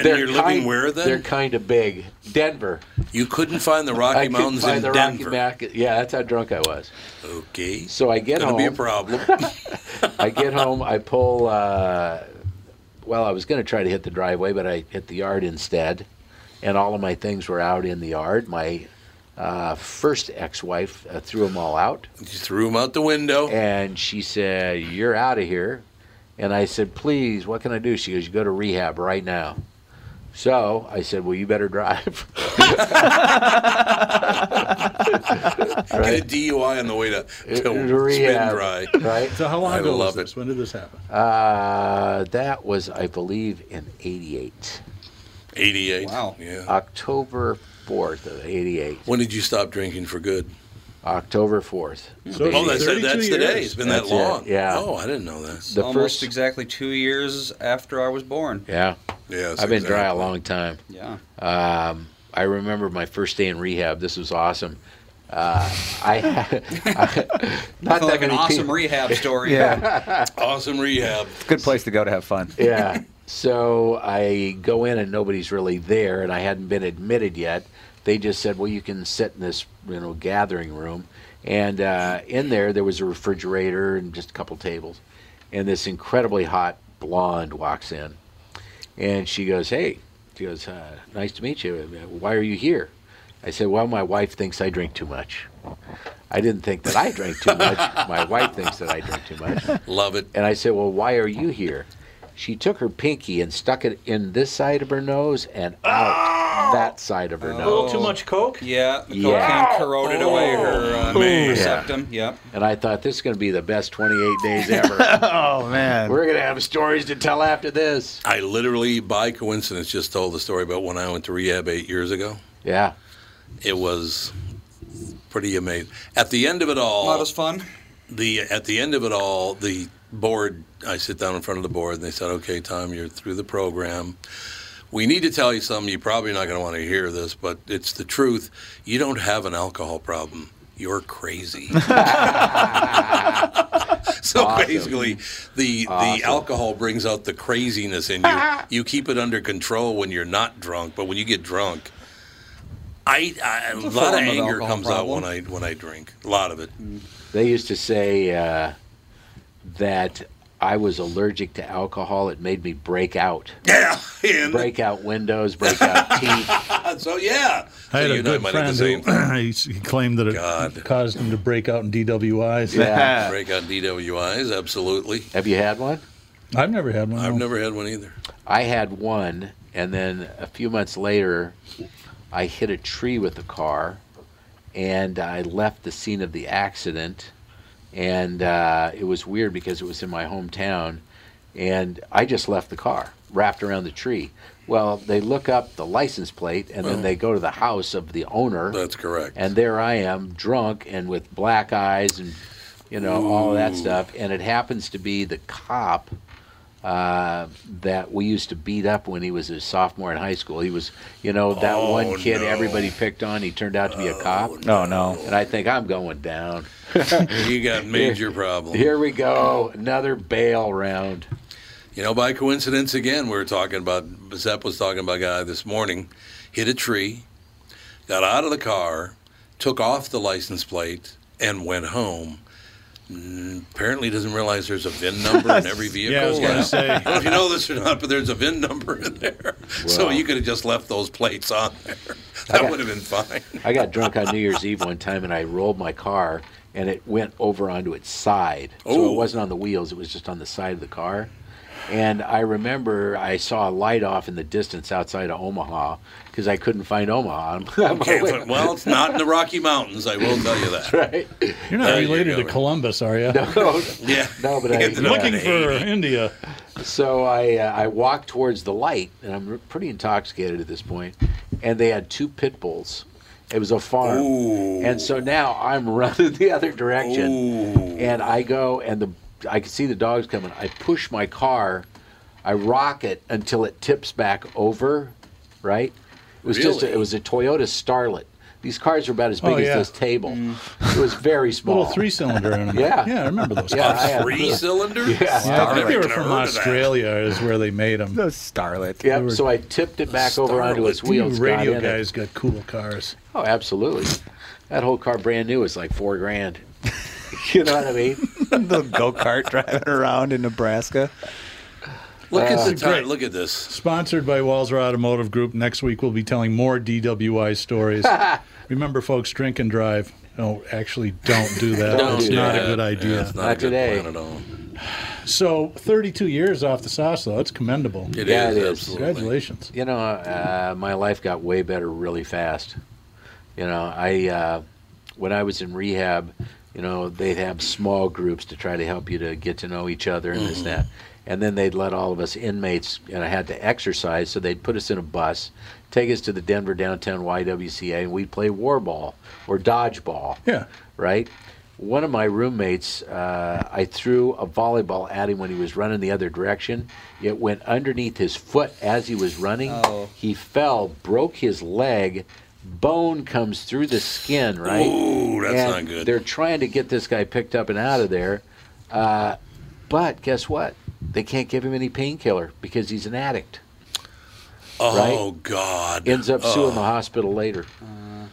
[SPEAKER 1] you're living
[SPEAKER 5] Uh, kind,
[SPEAKER 1] where then?
[SPEAKER 5] They're kind of big. Denver.
[SPEAKER 1] You couldn't find the
[SPEAKER 5] I
[SPEAKER 1] Rocky
[SPEAKER 5] couldn't
[SPEAKER 1] Mountains
[SPEAKER 5] find
[SPEAKER 1] in
[SPEAKER 5] the Rocky
[SPEAKER 1] Denver.
[SPEAKER 5] Mac- yeah, that's how drunk I was.
[SPEAKER 1] okay.
[SPEAKER 5] So I get
[SPEAKER 1] Gonna be a
[SPEAKER 5] home.
[SPEAKER 1] problem.
[SPEAKER 5] I get home. I pull. Uh, well, I was going to try to hit the driveway, but I hit the yard instead, and all of my things were out in the yard. My uh, first ex-wife uh, threw them all out,
[SPEAKER 1] you threw him out the window.
[SPEAKER 5] and she said, "You're out of here." And I said, "Please, what can I do?" She goes, "You go to rehab right now." So I said, "Well, you better drive."
[SPEAKER 1] Get a DUI on the way to, to spin
[SPEAKER 5] rehab,
[SPEAKER 1] dry.
[SPEAKER 5] right?
[SPEAKER 2] So how long
[SPEAKER 1] I
[SPEAKER 2] ago was
[SPEAKER 1] love it.
[SPEAKER 2] this? When did this happen?
[SPEAKER 5] Uh, that was, I believe, in '88.
[SPEAKER 1] 88.
[SPEAKER 3] Wow.
[SPEAKER 1] Yeah.
[SPEAKER 5] October 4th of 88.
[SPEAKER 1] When did you stop drinking for good?
[SPEAKER 5] October 4th.
[SPEAKER 2] So
[SPEAKER 1] Oh, that's,
[SPEAKER 2] 32
[SPEAKER 1] that's today.
[SPEAKER 2] years.
[SPEAKER 1] It's been
[SPEAKER 5] That's
[SPEAKER 1] that
[SPEAKER 5] it,
[SPEAKER 1] long.
[SPEAKER 5] yeah.
[SPEAKER 1] Oh, I didn't know that.
[SPEAKER 5] The
[SPEAKER 3] Almost
[SPEAKER 5] first,
[SPEAKER 3] exactly two years after I was born.
[SPEAKER 5] yeah,
[SPEAKER 1] Yes.
[SPEAKER 5] I've been dry a
[SPEAKER 1] exactly.
[SPEAKER 5] long time.
[SPEAKER 3] Yeah.
[SPEAKER 5] Um, I remember my first day in rehab. This was awesome. Uh, I, I
[SPEAKER 3] I
[SPEAKER 5] not
[SPEAKER 3] feel
[SPEAKER 5] that
[SPEAKER 3] like an
[SPEAKER 5] many
[SPEAKER 3] awesome
[SPEAKER 5] people-
[SPEAKER 3] rehab story.
[SPEAKER 9] Yeah,
[SPEAKER 1] Awesome rehab.
[SPEAKER 9] it's a good place to go to have fun.
[SPEAKER 5] yeah. So I go in and nobody's really there, and I hadn't been admitted yet. They just said, "Well, you can sit in this, you know, gathering room." And uh, in there, there was a refrigerator and just a couple tables. And this incredibly hot blonde walks in, and she goes, "Hey," she goes, uh, "Nice to meet you. Uh, Why are you here?" I said, "Well, my wife thinks I drink too much." I didn't think that I drank too much. My wife thinks that I drink too much.
[SPEAKER 1] Love it.
[SPEAKER 5] And I said, Well, why are you here? She took her pinky and stuck it in this side of her nose and out that side of her
[SPEAKER 9] Oh.
[SPEAKER 5] nose.
[SPEAKER 3] too much
[SPEAKER 1] coke?
[SPEAKER 3] Yeah. The
[SPEAKER 5] Yeah.
[SPEAKER 3] cocaine corroded away her uh,
[SPEAKER 1] man.
[SPEAKER 3] septum. Yep.
[SPEAKER 5] And I thought, This is going to be the best 28 days ever.
[SPEAKER 9] Oh man,
[SPEAKER 5] We're going to have stories to tell after this.
[SPEAKER 1] I literally, by coincidence, just told the story about when I went to rehab eight years ago.
[SPEAKER 5] Yeah.
[SPEAKER 1] It was pretty amazing. At the end of it all,
[SPEAKER 3] Not as fun.
[SPEAKER 1] the at the end of it all, the board. I sit down in front of the board, and they said, "Okay, Tom, you're through the program. We need to tell you something. You're probably not going to want to hear this, but it's the truth. You don't have an alcohol problem. You're crazy." so
[SPEAKER 5] Awesome.
[SPEAKER 1] basically, the
[SPEAKER 5] Awesome.
[SPEAKER 1] the alcohol brings out the craziness in you. you keep it under control when you're not drunk, but when you get drunk. I, I, a
[SPEAKER 3] It's
[SPEAKER 1] lot
[SPEAKER 3] a
[SPEAKER 1] of
[SPEAKER 3] form of
[SPEAKER 1] anger
[SPEAKER 3] alcohol
[SPEAKER 1] comes out
[SPEAKER 3] problem.
[SPEAKER 1] when I when I drink. A lot of it.
[SPEAKER 5] They used to say uh, that I was allergic to alcohol. It made me break out.
[SPEAKER 1] Yeah, and
[SPEAKER 5] Break out windows, break out teeth.
[SPEAKER 1] So yeah,
[SPEAKER 2] I had
[SPEAKER 1] so
[SPEAKER 2] a good friend who he claimed that it
[SPEAKER 1] God.
[SPEAKER 2] caused him to break out in DWIs.
[SPEAKER 5] Yeah.
[SPEAKER 1] Break on DWIs, absolutely.
[SPEAKER 5] Have you had one?
[SPEAKER 2] I've never had one.
[SPEAKER 1] I've
[SPEAKER 2] no.
[SPEAKER 1] never had one either.
[SPEAKER 5] I had one, and then a few months later, I hit a tree with the car, and I left the scene of the accident. And uh, it was weird because it was in my hometown, and I just left the car wrapped around the tree. Well, they look up the license plate, and then they go to the house of the owner,
[SPEAKER 1] That's correct.
[SPEAKER 5] and there I am, drunk and with black eyes and you know all that stuff. And it happens to be the cop uh, that we used to beat up when he was a sophomore in high school. He was, you know, that
[SPEAKER 1] Oh,
[SPEAKER 5] one kid
[SPEAKER 1] no.
[SPEAKER 5] everybody picked on. He turned out to be a cop.
[SPEAKER 9] Oh no.
[SPEAKER 5] And I think I'm going down.
[SPEAKER 1] you got major problems.
[SPEAKER 5] Here we go, another bail round.
[SPEAKER 1] You know, by coincidence again, we were talking about Zepp was talking about a guy this morning, hit a tree, got out of the car, took off the license plate, and went home. Mm, Apparently, doesn't realize there's a VIN number in every vehicle.
[SPEAKER 2] Yeah, I was
[SPEAKER 1] now.
[SPEAKER 2] gonna say.
[SPEAKER 1] I don't know if you know this or not, but there's a VIN number in there. So
[SPEAKER 5] Wow.
[SPEAKER 1] you could have just left those plates on there.
[SPEAKER 5] I
[SPEAKER 1] That
[SPEAKER 5] got-
[SPEAKER 1] would have been fine.
[SPEAKER 5] I got drunk on New Year's Eve one time, and I rolled my car, and it went over onto its side. So
[SPEAKER 1] Ooh.
[SPEAKER 5] it wasn't on the wheels; it was just on the side of the car. And I remember I saw a light off in the distance outside of Omaha because I couldn't find Omaha. on my
[SPEAKER 1] Okay,
[SPEAKER 5] way.
[SPEAKER 1] but- well, it's not in the Rocky Mountains, I will tell you that.
[SPEAKER 5] right?
[SPEAKER 2] You're not
[SPEAKER 1] There you
[SPEAKER 2] related
[SPEAKER 1] go.
[SPEAKER 2] to Columbus, are you?
[SPEAKER 5] No,
[SPEAKER 1] Yeah.
[SPEAKER 5] No, but I-
[SPEAKER 1] Get the
[SPEAKER 5] Yeah.
[SPEAKER 2] Looking for India.
[SPEAKER 5] so I uh, I walked towards the light, and I'm r- pretty intoxicated at this point, and they had two pit bulls. It was a farm, and so now I'm running the other direction, and I go and the I can see the dogs coming. I push my car, I rock it until it tips back over, right? It was just a,
[SPEAKER 1] Really?
[SPEAKER 5] it was a Toyota Starlet. These cars are about as big
[SPEAKER 2] Oh,
[SPEAKER 5] as
[SPEAKER 2] yeah. Mm.
[SPEAKER 5] this table. It was very small.
[SPEAKER 2] Little three cylinder in them.
[SPEAKER 5] Yeah.
[SPEAKER 2] Yeah, I remember those.
[SPEAKER 5] Yeah, I had-
[SPEAKER 1] Three cylinder?
[SPEAKER 5] Yeah.
[SPEAKER 2] Yeah, I think they were
[SPEAKER 1] Starlet. Never
[SPEAKER 2] from
[SPEAKER 1] heard of that.
[SPEAKER 2] Australia, is where they made them.
[SPEAKER 9] The starlet.
[SPEAKER 5] Yep,
[SPEAKER 2] were-
[SPEAKER 5] so I tipped it back over onto its
[SPEAKER 2] You
[SPEAKER 5] wheels. got
[SPEAKER 2] radio
[SPEAKER 5] in it.
[SPEAKER 2] guys got cool cars.
[SPEAKER 5] Oh, absolutely. That whole car brand new is like four grand. you know what I mean?
[SPEAKER 9] the go kart driving around in Nebraska.
[SPEAKER 1] Look at the time.
[SPEAKER 2] great.
[SPEAKER 1] Look at this.
[SPEAKER 2] Sponsored by Walzer Automotive Group. Next week we'll be telling more DWI stories. Remember, folks, drink and drive. No, actually, don't do that.
[SPEAKER 1] Don't
[SPEAKER 2] it's
[SPEAKER 1] do
[SPEAKER 2] not
[SPEAKER 1] that.
[SPEAKER 2] a good
[SPEAKER 1] Yeah,
[SPEAKER 2] idea.
[SPEAKER 1] it's not, a
[SPEAKER 5] Not
[SPEAKER 1] good
[SPEAKER 5] today.
[SPEAKER 1] plan at all.
[SPEAKER 2] So, 32 years off the sauce, though. That's commendable.
[SPEAKER 1] It
[SPEAKER 5] Yeah,
[SPEAKER 1] is,
[SPEAKER 5] it is.
[SPEAKER 1] absolutely.
[SPEAKER 2] Congratulations.
[SPEAKER 5] You know, uh, my life got way better really fast. You know, I uh, when I was in rehab, you know, they'd have small groups to try to help you to get to know each other and this and that. And then they'd let all of us inmates, and I had to exercise, so they'd put us in a bus, take us to the Denver downtown YWCA, and we'd play war ball or dodgeball.
[SPEAKER 2] Yeah.
[SPEAKER 5] right? One of my roommates, uh, I threw a volleyball at him when he was running the other direction. It went underneath his foot as he was running.
[SPEAKER 3] Oh.
[SPEAKER 5] He fell, broke his leg. Bone comes through the skin, right?
[SPEAKER 1] Ooh, that's
[SPEAKER 5] And
[SPEAKER 1] not good.
[SPEAKER 5] They're trying to get this guy picked up and out of there. Uh, but guess what? They can't give him any painkiller because he's an addict.
[SPEAKER 1] Oh God.
[SPEAKER 5] Ends up
[SPEAKER 1] Oh.
[SPEAKER 5] suing the hospital later.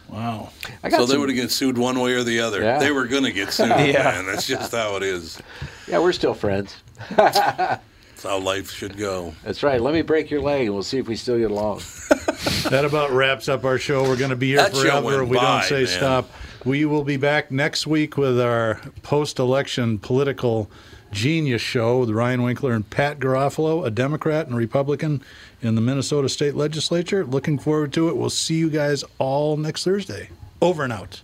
[SPEAKER 2] Wow.
[SPEAKER 5] I got
[SPEAKER 1] So they
[SPEAKER 5] some-
[SPEAKER 1] would have get sued one way or the other.
[SPEAKER 5] Yeah.
[SPEAKER 1] They were gonna get sued, man. That's just how it is.
[SPEAKER 5] yeah, we're still friends.
[SPEAKER 1] That's how life should go.
[SPEAKER 5] That's right. Let me break your leg and we'll see if we still get along.
[SPEAKER 2] That about wraps up our show. We're going to be here
[SPEAKER 1] That show
[SPEAKER 2] forever
[SPEAKER 1] went
[SPEAKER 2] if we
[SPEAKER 1] by,
[SPEAKER 2] don't say
[SPEAKER 1] man.
[SPEAKER 2] stop. We will be back next week with our post election political genius show with Ryan Winkler and Pat Garofalo, a Democrat and Republican in the Minnesota State Legislature. Looking forward to it. We'll see you guys all next Thursday. Over and out.